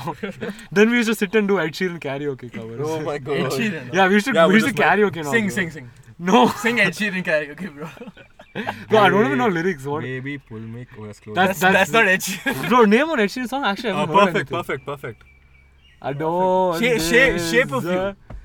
S2: then we used to sit and do Ed Sheeran karaoke covers.
S1: oh my
S3: Ed
S1: god.
S3: Sheeran.
S2: *laughs* Yeah, we used to
S1: Yeah,
S2: we
S1: we
S2: used to
S1: just like-
S2: karaoke now.
S3: Sing,
S2: bro.
S3: sing, sing.
S2: No, *laughs*
S3: Sing Ed Sheeran karaoke, bro.
S2: bro, I don't even know lyrics. What?
S4: Baby, pull me. Oh, that's close.
S2: That's that's,
S3: That's, that's, not Ed Sheeran.
S2: Bro, name on Ed Sheeran song. Actually, I
S1: Uh,
S2: haven't heard
S1: perfect,
S2: anything.
S1: perfect, perfect.
S2: I don't.
S1: Shape- shape- shape of you.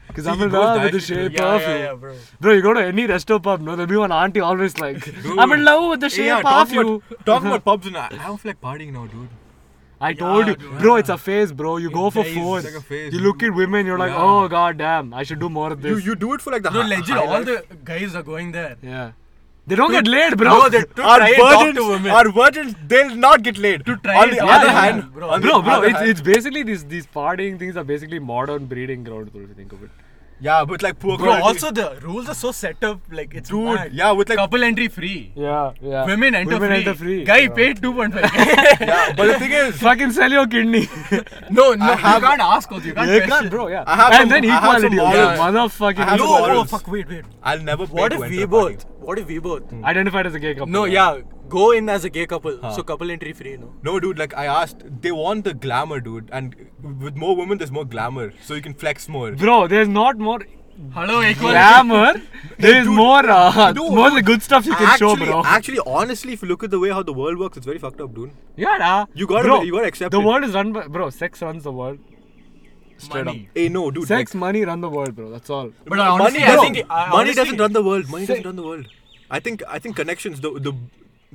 S2: Because
S1: See,
S2: uh, I'm
S1: he
S2: in
S1: goes
S2: love with the
S1: directly to
S2: shape
S3: Yeah,
S2: of
S3: yeah,
S2: you.
S3: yeah, bro.
S2: Bro, you go to any resto pub, no, there'll be one auntie always like, I'm in
S1: Dude.
S2: love with the shape
S1: Yeah,
S2: of
S1: talk
S2: you.
S1: about, talk about pubs and I, I don't feel like partying now, dude.
S2: *laughs* I told
S3: Yeah,
S2: you,
S3: dude.
S2: bro, it's a phase, bro. You go for
S3: is-
S2: four.
S1: it's like a phase,
S2: you look at women, you're like,
S1: Yeah.
S2: oh god damn, I should do more of
S1: You
S2: this.
S1: you do it for like the
S3: Bro,
S1: hi-
S3: legit, all
S1: highlights.
S3: the guys are going there.
S2: yeah, they don't get laid, bro.
S3: Bro, they to
S1: our
S3: try and talk to
S1: virgins,
S3: women.
S1: our virgins, they'll not get laid. To
S3: try
S1: on
S3: it,
S1: the
S3: yeah,
S1: other
S3: yeah,
S1: hand,
S3: bro.
S1: on the
S2: bro, bro,
S1: other
S2: it's,
S1: hand-
S2: it's basically these these partying things are basically modern breeding ground, bro. If you think of it,
S1: yeah, with like poor
S3: Bro,
S1: quality.
S3: also the rules are so set up like it's
S1: dude,
S3: mad.
S1: yeah, with like,
S3: Couple entry free.
S2: yeah, yeah.
S3: Women enter
S2: Women
S3: free.
S2: enter free.
S3: Guy
S2: Yeah.
S3: paid 2.5.
S1: yeah, but the thing
S2: *laughs*
S1: is,
S2: Fucking sell your
S1: *laughs*
S2: kidney.
S3: *laughs* no, no,
S1: have-
S3: you can't ask also. You can't
S2: yeah,
S3: question.
S2: can't, bro. Yeah.
S1: I have
S2: and
S1: some-
S2: then
S1: I have
S2: equality,
S1: some
S2: you
S1: morals.
S2: motherfucking.
S1: I have
S3: No,
S1: some
S2: equality.
S3: oh,
S1: morals.
S3: fuck, wait, wait.
S1: I'll never. pay
S4: What
S1: to
S4: if
S1: enter
S4: we
S1: a party.
S4: both? What if we both?
S2: Hmm. Identified as a gay couple.
S4: No, yeah, go in as a gay couple. So couple entry free, no.
S1: No, dude. Like I asked, they want the glamour, dude. And with more women, there's more glamour, so you can flex more.
S2: Bro, there's not more
S3: Hello, equal.
S1: *laughs*
S2: glamour. There's more, uh,
S1: dude,
S2: more the good stuff you can show,
S1: actually,
S2: bro.
S1: actually, honestly, if you look at the way how the world works, it's very fucked up, dude.
S2: yeah, nah.
S1: You gotta-
S2: bro,
S1: you gotta accept
S2: The
S1: it.
S2: world is run by bro. Sex runs the world. Straight
S3: Money.
S1: Hey, Eh, no, dude.
S2: Sex,
S1: like,
S2: money run the world, bro. That's all.
S3: But honestly,
S1: money,
S3: I
S1: no,
S3: think I,
S1: money
S3: honestly,
S1: doesn't run the world. Money doesn't run the world. I think I think connections, the the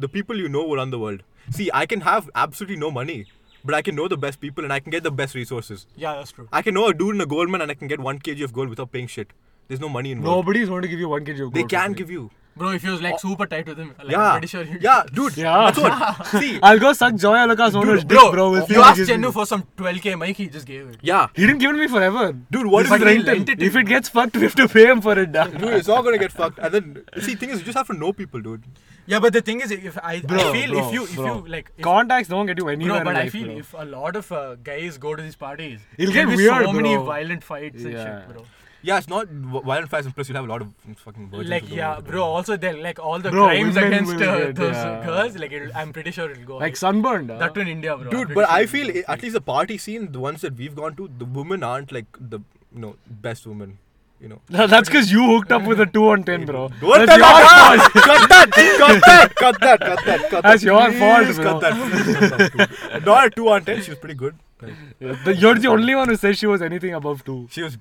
S1: the people you know will run the world. See, I can have absolutely no money, but I can know the best people and I can get the best resources.
S3: Yeah, that's true.
S1: I can know a dude in a gold mine and I can get one kg of gold without paying shit. There's no money involved.
S2: Nobody's going to give you one kg of
S1: they
S2: gold for
S1: can
S2: free.
S1: give you.
S3: Bro, if he was like super tight with him, like, I'm
S1: yeah.
S3: pretty sure he'd. *laughs*
S1: yeah, dude.
S2: Yeah.
S1: That's what. See.
S2: I'll go suck Joy Alaka's on his dick,
S3: Bro,
S2: bro. if
S3: you
S2: he
S3: asked
S2: gives me-
S3: Chennu for some 12k mic, he just gave it.
S1: Yeah.
S2: He didn't give it to me forever.
S1: Dude, what
S2: He's
S1: if he
S2: rented.
S3: lent it to
S2: If it gets fucked, we have to pay him for it, dog.
S1: Dude, it's all gonna get fucked. And then, see, thing is, you just have to know people, dude.
S3: Yeah, but the thing is, if I, I
S2: Bro,
S3: feel
S2: bro,
S3: if you if
S2: bro.
S3: you like if,
S2: Contacts don't get you anywhere.
S3: bro, but
S2: in
S3: I
S2: life,
S3: feel
S2: bro.
S3: if a lot of uh, guys go to these parties,
S2: It'll
S3: there'll
S2: get
S3: be
S2: weird,
S3: so many
S2: bro.
S3: violent fights and
S2: Yeah.
S3: shit, bro.
S1: Yeah, it's not w- violent fights and plus you'll have a lot of fucking virgins.
S3: Like
S1: to go
S3: yeah,
S1: with.
S3: bro. Also, then like all the
S2: Bro,
S3: crimes
S2: women
S3: against
S2: will
S3: uh,
S2: get,
S3: those
S2: yeah.
S3: girls, like it'll, I'm pretty sure it'll go.
S2: like sunburned. dog.
S3: that too in India, bro. I'm
S1: Dude,
S3: pretty
S1: but
S3: sure
S1: I
S3: it'll
S1: feel
S3: go.
S1: i- at least the party scene, the ones that we've gone to, the women aren't like the you know best women. You know.
S2: That's because you hooked up with a 2 on 10, bro.
S1: What
S2: That's
S1: the
S2: *laughs* your
S1: fuck?
S2: fault.
S1: Cut that! Cut that! Cut that! Cut that! Cut
S2: That's
S1: that.
S2: your
S1: Please
S2: fault, bro.
S1: Cut that! Please cut that, dude. Not a two on ten. She was pretty good. Like,
S2: The- You're the only one who says she was anything above 2.
S1: she was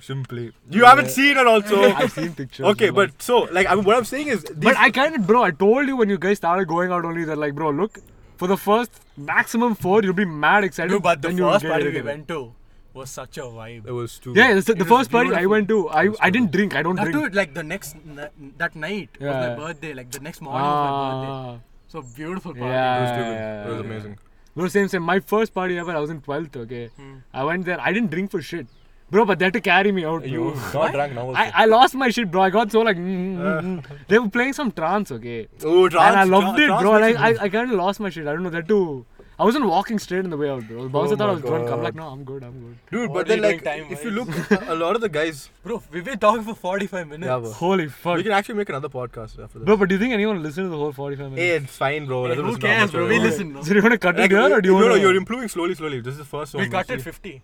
S1: simply. You haven't seen her also.
S2: I've seen pictures.
S1: Okay,
S2: bro.
S1: but so like I mean, what I'm saying is these
S2: But I kind of, bro, I told you when you guys started going out only that, like, bro, look, for the first maximum four, you'll be mad excited.
S3: Dude, but the
S2: then you'll
S3: first
S2: get
S3: party we
S2: irritated.
S3: went to was such a vibe.
S1: it was too.
S2: Yeah, it's the, the
S3: It was
S2: first party I
S3: beautiful.
S2: went to, I, I didn't drink, I don't
S3: That
S2: drink.
S3: dude, like the next n- that night was
S2: Yeah.
S3: my birthday. Like the next morning was my birthday.
S2: Ah,
S3: So beautiful party.
S1: It
S2: yeah,
S1: was too good.
S2: yeah,
S1: It was
S2: yeah.
S1: amazing.
S2: No, same, same. My first party ever, I was in 12th, okay?
S3: Hmm.
S2: I went there, I didn't drink for shit. Bro, but they had to carry me out.
S1: You
S2: bro.
S1: not drunk now.
S2: I, I lost my shit, bro. I got so like. mm, mm, mm.
S3: Uh.
S2: They were playing some trance, okay?
S1: oh, trans,
S2: and I loved
S1: tra-
S2: it,
S1: trans
S2: bro. And
S1: makes
S2: I,
S1: you
S2: I, I kind of lost my shit. I don't know. That too. I wasn't walking straight on the way out, bro. The bouncer
S1: Oh
S2: thought I
S1: my
S2: was drunk. I'm
S1: God.
S2: like, no, I'm good, I'm good.
S1: Dude, but
S3: Already
S1: then like,
S3: doing time,
S1: if you look,
S2: *laughs*
S1: a lot of the guys,
S3: Bro, we've been talking for 45 minutes.
S1: yeah, bro.
S2: Holy fuck.
S1: we can actually make another podcast after this.
S2: Bro, but do you think anyone will listen to the whole 45
S1: Hey,
S2: minutes?
S1: it's fine, bro.
S3: Hey,
S1: Let them
S3: who
S1: listen to how
S3: cares,
S1: much
S3: bro?
S1: I
S3: We
S1: love it.
S3: listen. No?
S2: *laughs* So do you want to cut
S1: Like,
S2: it here or do you
S1: no,
S2: want
S1: no,
S2: to?
S1: you're improving slowly, slowly. This is the first one.
S3: We cut
S1: see.
S3: it 50.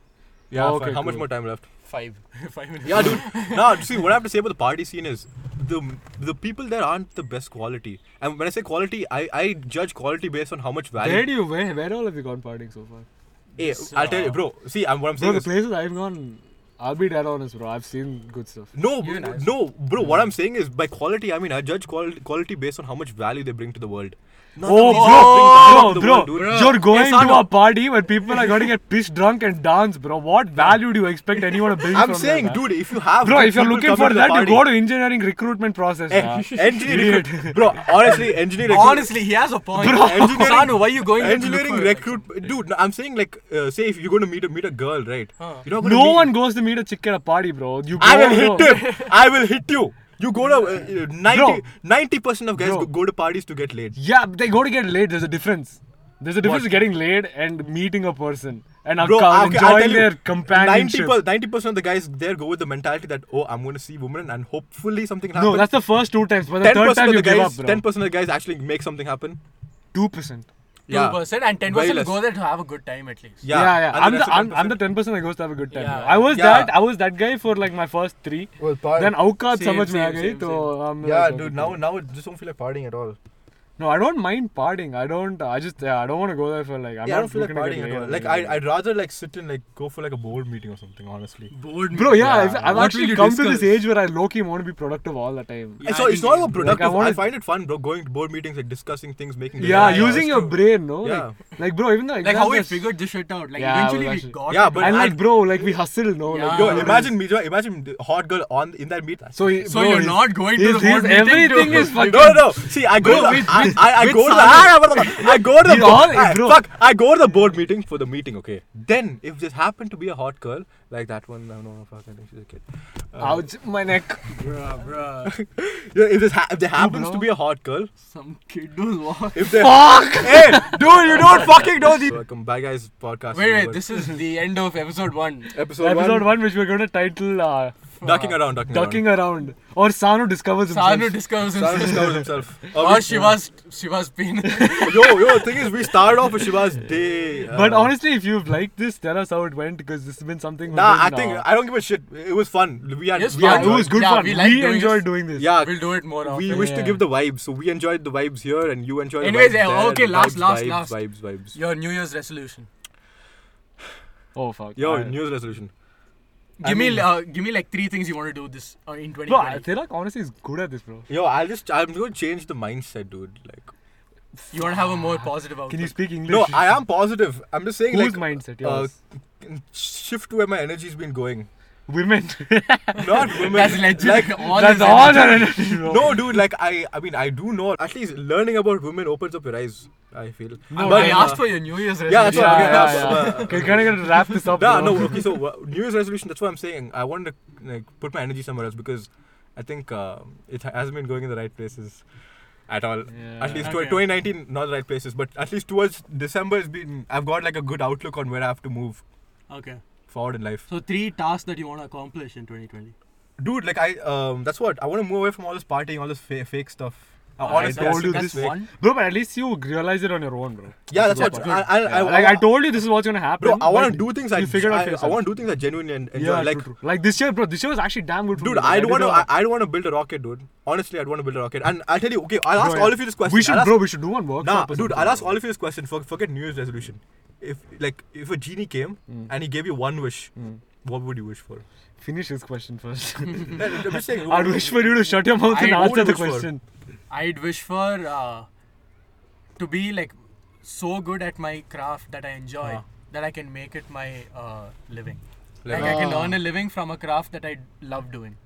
S1: Yeah,
S2: Oh,
S1: fine.
S2: okay,
S1: How much
S2: cool.
S1: more time left?
S3: Five. *laughs* Five minutes.
S1: Yeah,
S2: *laughs*
S1: dude. now, see, what I have to say about the party scene is the the people there aren't the best quality. And when I say quality, I, I judge quality based on how much value.
S2: Where do you where where all have you gone partying so far?
S1: Hey, I'll tell you, bro. See, I'm, what I'm
S2: Bro,
S1: saying
S2: the
S1: is,
S2: places I've gone, I'll be dead honest, bro. I've seen good stuff.
S1: No, no, bro. What I'm saying is by quality. I mean, I judge quality, quality based on how much value they bring to the world. None of
S2: Oh,
S1: these
S2: bro,
S1: guys bring value
S2: bro,
S1: to the
S2: bro,
S1: world, dude.
S2: you're going
S1: Yes, I
S2: to
S1: know.
S2: a party where people are going to get pissed drunk and dance, bro. What value do you expect anyone to bring
S1: I'm
S2: from that,
S1: saying,
S2: man?
S1: dude, if you have
S2: Bro,
S1: good
S2: if you're
S1: people
S2: looking
S1: coming
S2: for
S1: to the
S2: that, you
S1: party-
S2: go to engineering recruitment process.
S1: Eh,
S2: man. *laughs*
S1: engineering,
S2: Idiot.
S1: recruit- bro. Honestly, engineering. recruit-
S3: Honestly, he has a point.
S1: Engineering-
S3: *laughs* Sanu, why are you going to look
S1: engineering
S3: for it?
S1: recruit, dude. no, I'm saying like, uh, say if you're going to meet a meet a girl, right? You're not gonna
S2: No
S1: meet-
S2: one goes to meet a chick at a party, bro. You go,
S1: I will hit
S2: bro.
S1: him. I will hit you. You go to uh,
S2: Bro.
S1: 90 percent of guys
S2: Bro.
S1: go, go to parties to get laid.
S2: Yeah, but they go to get laid. There's a difference. There's a difference
S1: What?
S2: getting laid and meeting a person and
S1: Bro,
S2: account-
S1: okay, I'll
S2: enjoying
S1: tell you,
S2: their companionship.
S1: 90 percent of the guys there go with the mentality that oh, I'm going to see women and hopefully something happens.
S2: no, that's the first two times, but the
S1: ten
S2: third
S1: percent
S2: time
S1: of
S2: you
S1: the
S2: give up,
S1: guys.
S2: bro.
S1: Ten percent of the guys actually make something happen.
S2: Two percent.
S1: Yeah.
S3: 2% and 10%
S1: Way
S3: will
S1: less.
S3: go there to have a good time at least.
S2: Yeah,
S1: Yeah,
S2: yeah.
S1: and
S2: I'm the
S1: rest of
S2: I'm, I'm the
S1: 10%.
S2: ten percent that goes to have a good time.
S3: Yeah,
S2: bro. I was
S1: yeah.
S2: that I was that guy for like my first three.
S1: Well, part-
S2: Then औकात
S3: Same,
S2: समझ में आ
S3: same,
S2: गई
S3: same,
S2: तो
S3: same.
S2: I'm
S1: Yeah,
S2: like,
S1: dude.
S2: okay,
S1: Now,
S2: cool.
S1: now it just don't feel like partying at all.
S2: No, I don't mind partying. I don't. I just. Yeah, I don't want to go there for like. I'm
S1: yeah, I
S2: not
S1: don't feel like
S2: looking to get
S1: partying at
S2: laid
S1: all.
S2: or
S1: Like I,
S2: anything.
S1: I'd rather like sit and like go for like a board meeting or something. Honestly,
S3: Bored
S2: Bro, yeah, I've, I've
S3: What will
S2: actually
S3: you
S2: come to
S3: discuss?
S2: this age where I low-key want to be productive all the time.
S1: so it's not about productive.
S2: Like, I
S1: I,
S2: wanna-
S1: find it fun, bro. Going to board meetings, like discussing things, making.
S2: Yeah,
S1: decisions.
S2: using your brain, no?
S1: Yeah.
S2: Like, like, bro, even though
S3: Like how we figured this shit out. Like
S2: Yeah, I
S3: eventually
S2: was
S3: we
S2: actually-
S3: got
S1: Yeah,
S3: to
S1: but
S2: And
S1: I-
S2: like, bro, like we hustle, no? Like,
S3: Yeah.
S1: Yo, imagine me, jo- imagine the hot girl on in that meet.
S2: So, he-
S3: So
S2: bro,
S3: you're
S2: he's-
S3: not going to
S2: he's-
S3: the
S2: he's-
S3: board meeting
S2: Everything
S3: to- *laughs*
S2: is fucking.
S1: No, no. See, I go. to, the- I, I, I go to the. Ah, blah, blah, blah. I go to the.
S2: With
S1: bo-
S2: all-
S1: I-
S2: bro.
S1: fuck. I go to the board meeting for the meeting. Okay. Then, if this happened to be a hot girl like that one, I don't know. Fuck, I think she's a kid.
S2: Ouch, my neck. *laughs*
S3: Bruh, bruh.
S1: Yeah, If this ha- if there happens to
S2: bro.
S1: be a hot girl,
S3: Some kid was walking.
S2: *laughs*
S1: if there.
S2: Fuck! e-
S1: Hey, dude, you don't fucking know these. Welcome, bad guys podcast.
S3: Wait, wait, this is the end of episode
S1: *laughs*
S3: one.
S1: episode,
S2: Episode
S1: one,
S2: 1, which we're going to title uh,
S1: Ducking around, ducking,
S2: Ducking Around. Or Sanu Discovers Himself.
S3: Sanu discovers
S1: around. Sanu
S3: himself.
S1: discovers
S2: *laughs*
S1: himself.
S2: Oh,
S3: Or Shiva's Shiva's *laughs* penis.
S1: *laughs* yo, yo. The thing is, we started off with Shiva's day. uh,
S2: But honestly, if you've liked this, tell us how it went because this has been something.
S1: Nah,
S2: we've
S1: I
S2: been,
S1: think
S2: uh,
S1: I don't give a shit. It was fun. We had
S3: Yes,
S1: we
S2: yeah,
S1: enjoyed-
S2: it was good
S3: Yeah,
S2: fun.
S3: we
S2: We,
S3: like doing
S2: enjoyed
S3: this.
S2: doing this.
S1: Yeah,
S3: we'll do it more often.
S1: we wish to
S2: Yeah.
S1: give the vibes. So we enjoyed the vibes here, and you enjoyed.
S3: Anyways,
S1: the vibes
S3: yeah,
S1: there,
S3: okay,
S1: the
S3: last,
S1: vibes,
S3: last,
S1: vibes,
S3: last.
S1: Vibes, vibes.
S3: Your New Year's resolution.
S2: Oh fuck.
S1: Yo,
S2: Alright.
S1: news resolution.
S3: Give me, uh, give me like three things you want to do this uh, in
S2: Bro,
S3: 2020.
S2: Tilak honestly is good at this, bro.
S1: Yo, I'll just I'm gonna change the mindset, dude. Like,
S3: you want to have a
S1: Ah,
S3: more positive outlook.
S2: Can you speak English?
S1: no, I am positive. I'm just saying,
S2: Whose
S1: like,
S2: mindset?
S1: uh,
S2: Yours.
S1: shift to where my energy's been
S3: *laughs*
S1: going.
S2: Women.
S1: Not women.
S3: That's legit.
S1: Like,
S3: *laughs* all
S2: That's
S3: is
S2: all
S3: legit.
S2: their energy, bro.
S1: no, dude. Like, I I mean, I do know. At least learning about women opens up your eyes. I feel. uh,
S3: No, I asked for your New Year's resolution.
S1: Yeah, that's what.
S2: Yeah,
S1: okay,
S2: yeah,
S1: that's-
S2: yeah.
S1: uh,
S2: Can, can I get wrap this up?
S1: Nah,
S2: bro?
S1: no, okay, so uh, New Year's resolution, that's what I'm saying. I wanted to like, put my energy somewhere else because I think uh, it ha- hasn't been going in the right places at all. At
S2: Yeah.
S1: least
S3: Okay.
S1: tw 2019, not the right places, but at least towards December, has been, I've got like a good outlook on where I have to move
S3: Okay.
S1: forward in life.
S3: So three tasks that you want to accomplish in 2020.
S1: Dude, like, I, um, that's what, I want to move away from all this partying, all this fa- fake stuff. Uh,
S3: Alright,
S1: honestly,
S2: that's-
S1: I think
S2: that's
S1: fake.
S3: one.
S2: Bro, but at least you realize it on your own, bro.
S1: Yeah, that's
S3: That's
S1: what,
S3: good.
S1: I, I, I,
S2: like I told you, this is what's gonna happen.
S1: Bro, I want
S2: but
S1: to do things I,
S2: you figured out
S1: I,
S2: for
S1: I
S2: yourself.
S1: want to do things I genuinely en- enjoy.
S2: Yeah,
S1: like,
S2: true, true. like this year, bro. This year was actually damn good for
S1: Dude,
S2: me.
S1: I don't
S2: did
S1: want to.
S2: a-
S1: I, I don't want to build a rocket, dude. Honestly, I'd want to build a rocket. And I'll tell you. Okay, I'll ask
S2: Bro,
S1: all
S2: yeah.
S1: of you this question.
S2: We should,
S1: I'll ask,
S2: bro. We should do one
S1: Nah,
S2: workshop. or
S1: dude.
S2: something,
S1: I'll ask
S2: bro.
S1: all of you this question. For, forget New Year's resolution. If like if a genie came
S3: Hmm.
S1: and he gave you one wish, what would you wish
S2: *laughs*
S1: for?
S2: Finish this question first.
S1: No, I'm just saying.
S2: I'd wish for you to shut your mouth
S3: I
S2: and
S3: would
S2: answer the
S1: wish for-
S2: question.
S3: I'd wish for uh, to be like so good at my craft that I enjoy
S1: Huh.
S3: that I can make it my uh, living. Like
S1: Like,
S3: I can
S2: Ah.
S3: earn a living from a craft that I love doing.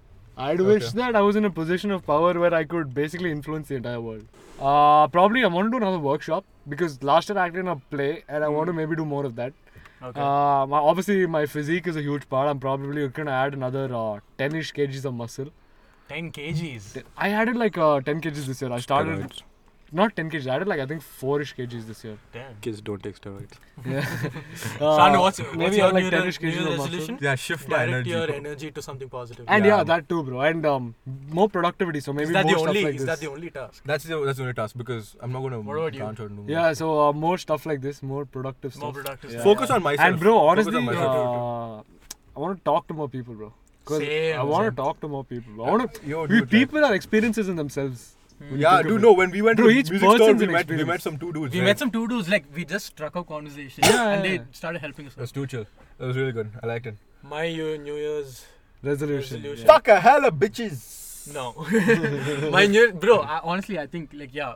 S2: I'd wish that I was in a position of power where I could basically influence the entire world. Uh, probably I want to do another workshop because last year I acted in a play and I want to maybe do more of that.
S3: Mm. Okay.
S2: Uh, my, obviously, my physique is a huge part. I'm probably going to add another uh, 10 ish kgs of muscle.
S3: 10 kgs.
S2: I added like uh, 10 kgs this year. I started,
S5: Steroids.
S2: not 10 kgs, I added like I think 4 ish kgs this year.
S3: Damn.
S5: Kids don't take steroids.
S2: Yeah.
S3: Shanu, what's,
S2: Uh,
S3: what's
S2: maybe
S3: your
S2: add like
S3: new,
S2: 10
S3: re-
S2: ish
S3: new
S2: kgs of muscle.
S3: resolution?
S1: yeah, shift my
S3: Direct
S1: energy.
S3: your
S1: bro.
S3: energy to something positive.
S2: And
S1: Yeah,
S2: yeah,
S1: man.
S2: that too, bro. And um, more productivity. So maybe
S3: is that
S2: more
S3: the
S2: stuff
S3: only?
S2: like
S3: is
S2: this.
S3: that the only task?
S1: That's the that's the only task because I'm not gonna
S3: What about you?
S1: branch out and do more.
S2: Yeah, so uh, more stuff like this, more productive stuff.
S3: More productive.
S2: Yeah.
S1: Focus on myself.
S2: and bro,
S1: Focus
S2: honestly,
S1: on
S2: uh,
S1: myself.
S2: I want to talk to more people, bro. 'Cause
S3: Same,
S2: I want
S3: same.
S2: to talk to more people. Bro. I want to.
S1: Yo,
S2: uh, we
S1: dude,
S2: people are experiences in themselves.
S3: Hmm.
S2: when you
S1: Yeah,
S2: think of
S1: dude.
S2: it.
S1: No, when we went
S2: Bro,
S1: to
S2: each
S1: music store,
S2: person's
S1: we
S2: an
S1: met we met
S2: experience.
S1: some two dudes.
S3: We
S1: right?
S3: met some two dudes like we just struck up conversations
S2: Yeah, yeah,
S3: and they
S2: yeah.
S3: started helping us.
S1: It was too chill. That was really good. I liked it.
S3: My year- New Year's
S2: Resolution.
S3: resolution.
S1: Fuck a hell of bitches.
S2: *laughs*
S3: No. My new bro. I, honestly, I think like yeah,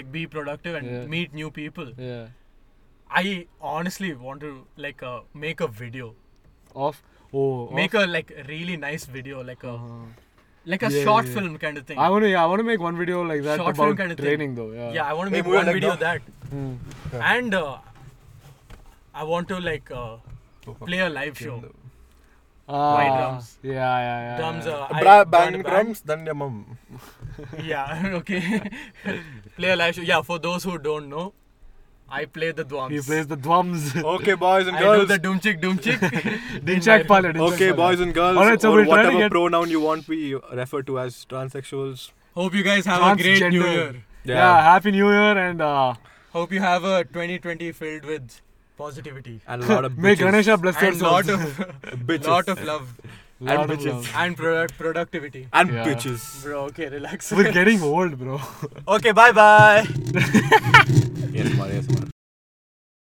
S3: like be productive and
S2: Yeah.
S3: meet new people.
S2: Yeah. yeah.
S3: I honestly want to like uh, make a video,
S2: Off. Oh.
S3: make a like really nice video, like a
S2: off.
S3: like a
S2: Uh-huh. Yeah,
S3: short
S2: yeah.
S3: film kind of thing.
S2: I want to. Yeah. I want to make one video like that
S3: Short film
S2: about
S3: kind of thing.
S2: training though. Yeah.
S3: yeah, I want to
S1: Hey,
S3: make
S1: movie
S3: one
S1: like now.
S3: video of that,
S2: Hmm.
S3: and uh, I want to like uh, play a live show.
S2: Ah,
S3: drums.
S2: Yeah. Yeah. Yeah.
S3: Drums.
S2: yeah.
S3: Uh, I
S1: Bra-
S3: joined a
S1: band drums, then your mum.
S3: *laughs* Yeah. *laughs* Okay. play a live show. Yeah. For those who don't know, I play the drums.
S2: He plays the
S3: *laughs*
S2: drums.
S1: *laughs* Okay, boys and
S3: I do
S1: girls.
S3: the doomchick *laughs* doomchick.
S2: Dinchak pilot.
S1: Okay, boys and girls,
S2: Alright, so
S1: or
S2: we'll try to
S1: whatever
S2: get-
S1: pronoun you want, we refer to as transsexuals.
S3: Hope you guys have a great New
S2: Transgender.
S3: Year.
S2: Yeah. Happy New Year and uh,
S3: Hope you have a 2020 filled with positivity
S1: and a lot
S2: *laughs*
S1: of bitches.
S2: may Ganesha bless your
S3: and
S2: soul.
S3: lot *laughs* of
S1: bitches.
S3: lot of love
S2: Lot of
S1: bitches.
S2: love.
S3: and product productivity.
S1: and
S2: Yeah.
S1: bitches.
S3: Bro, okay,
S2: *laughs*
S3: relax.
S2: We're getting old, bro.
S3: okay, bye bye.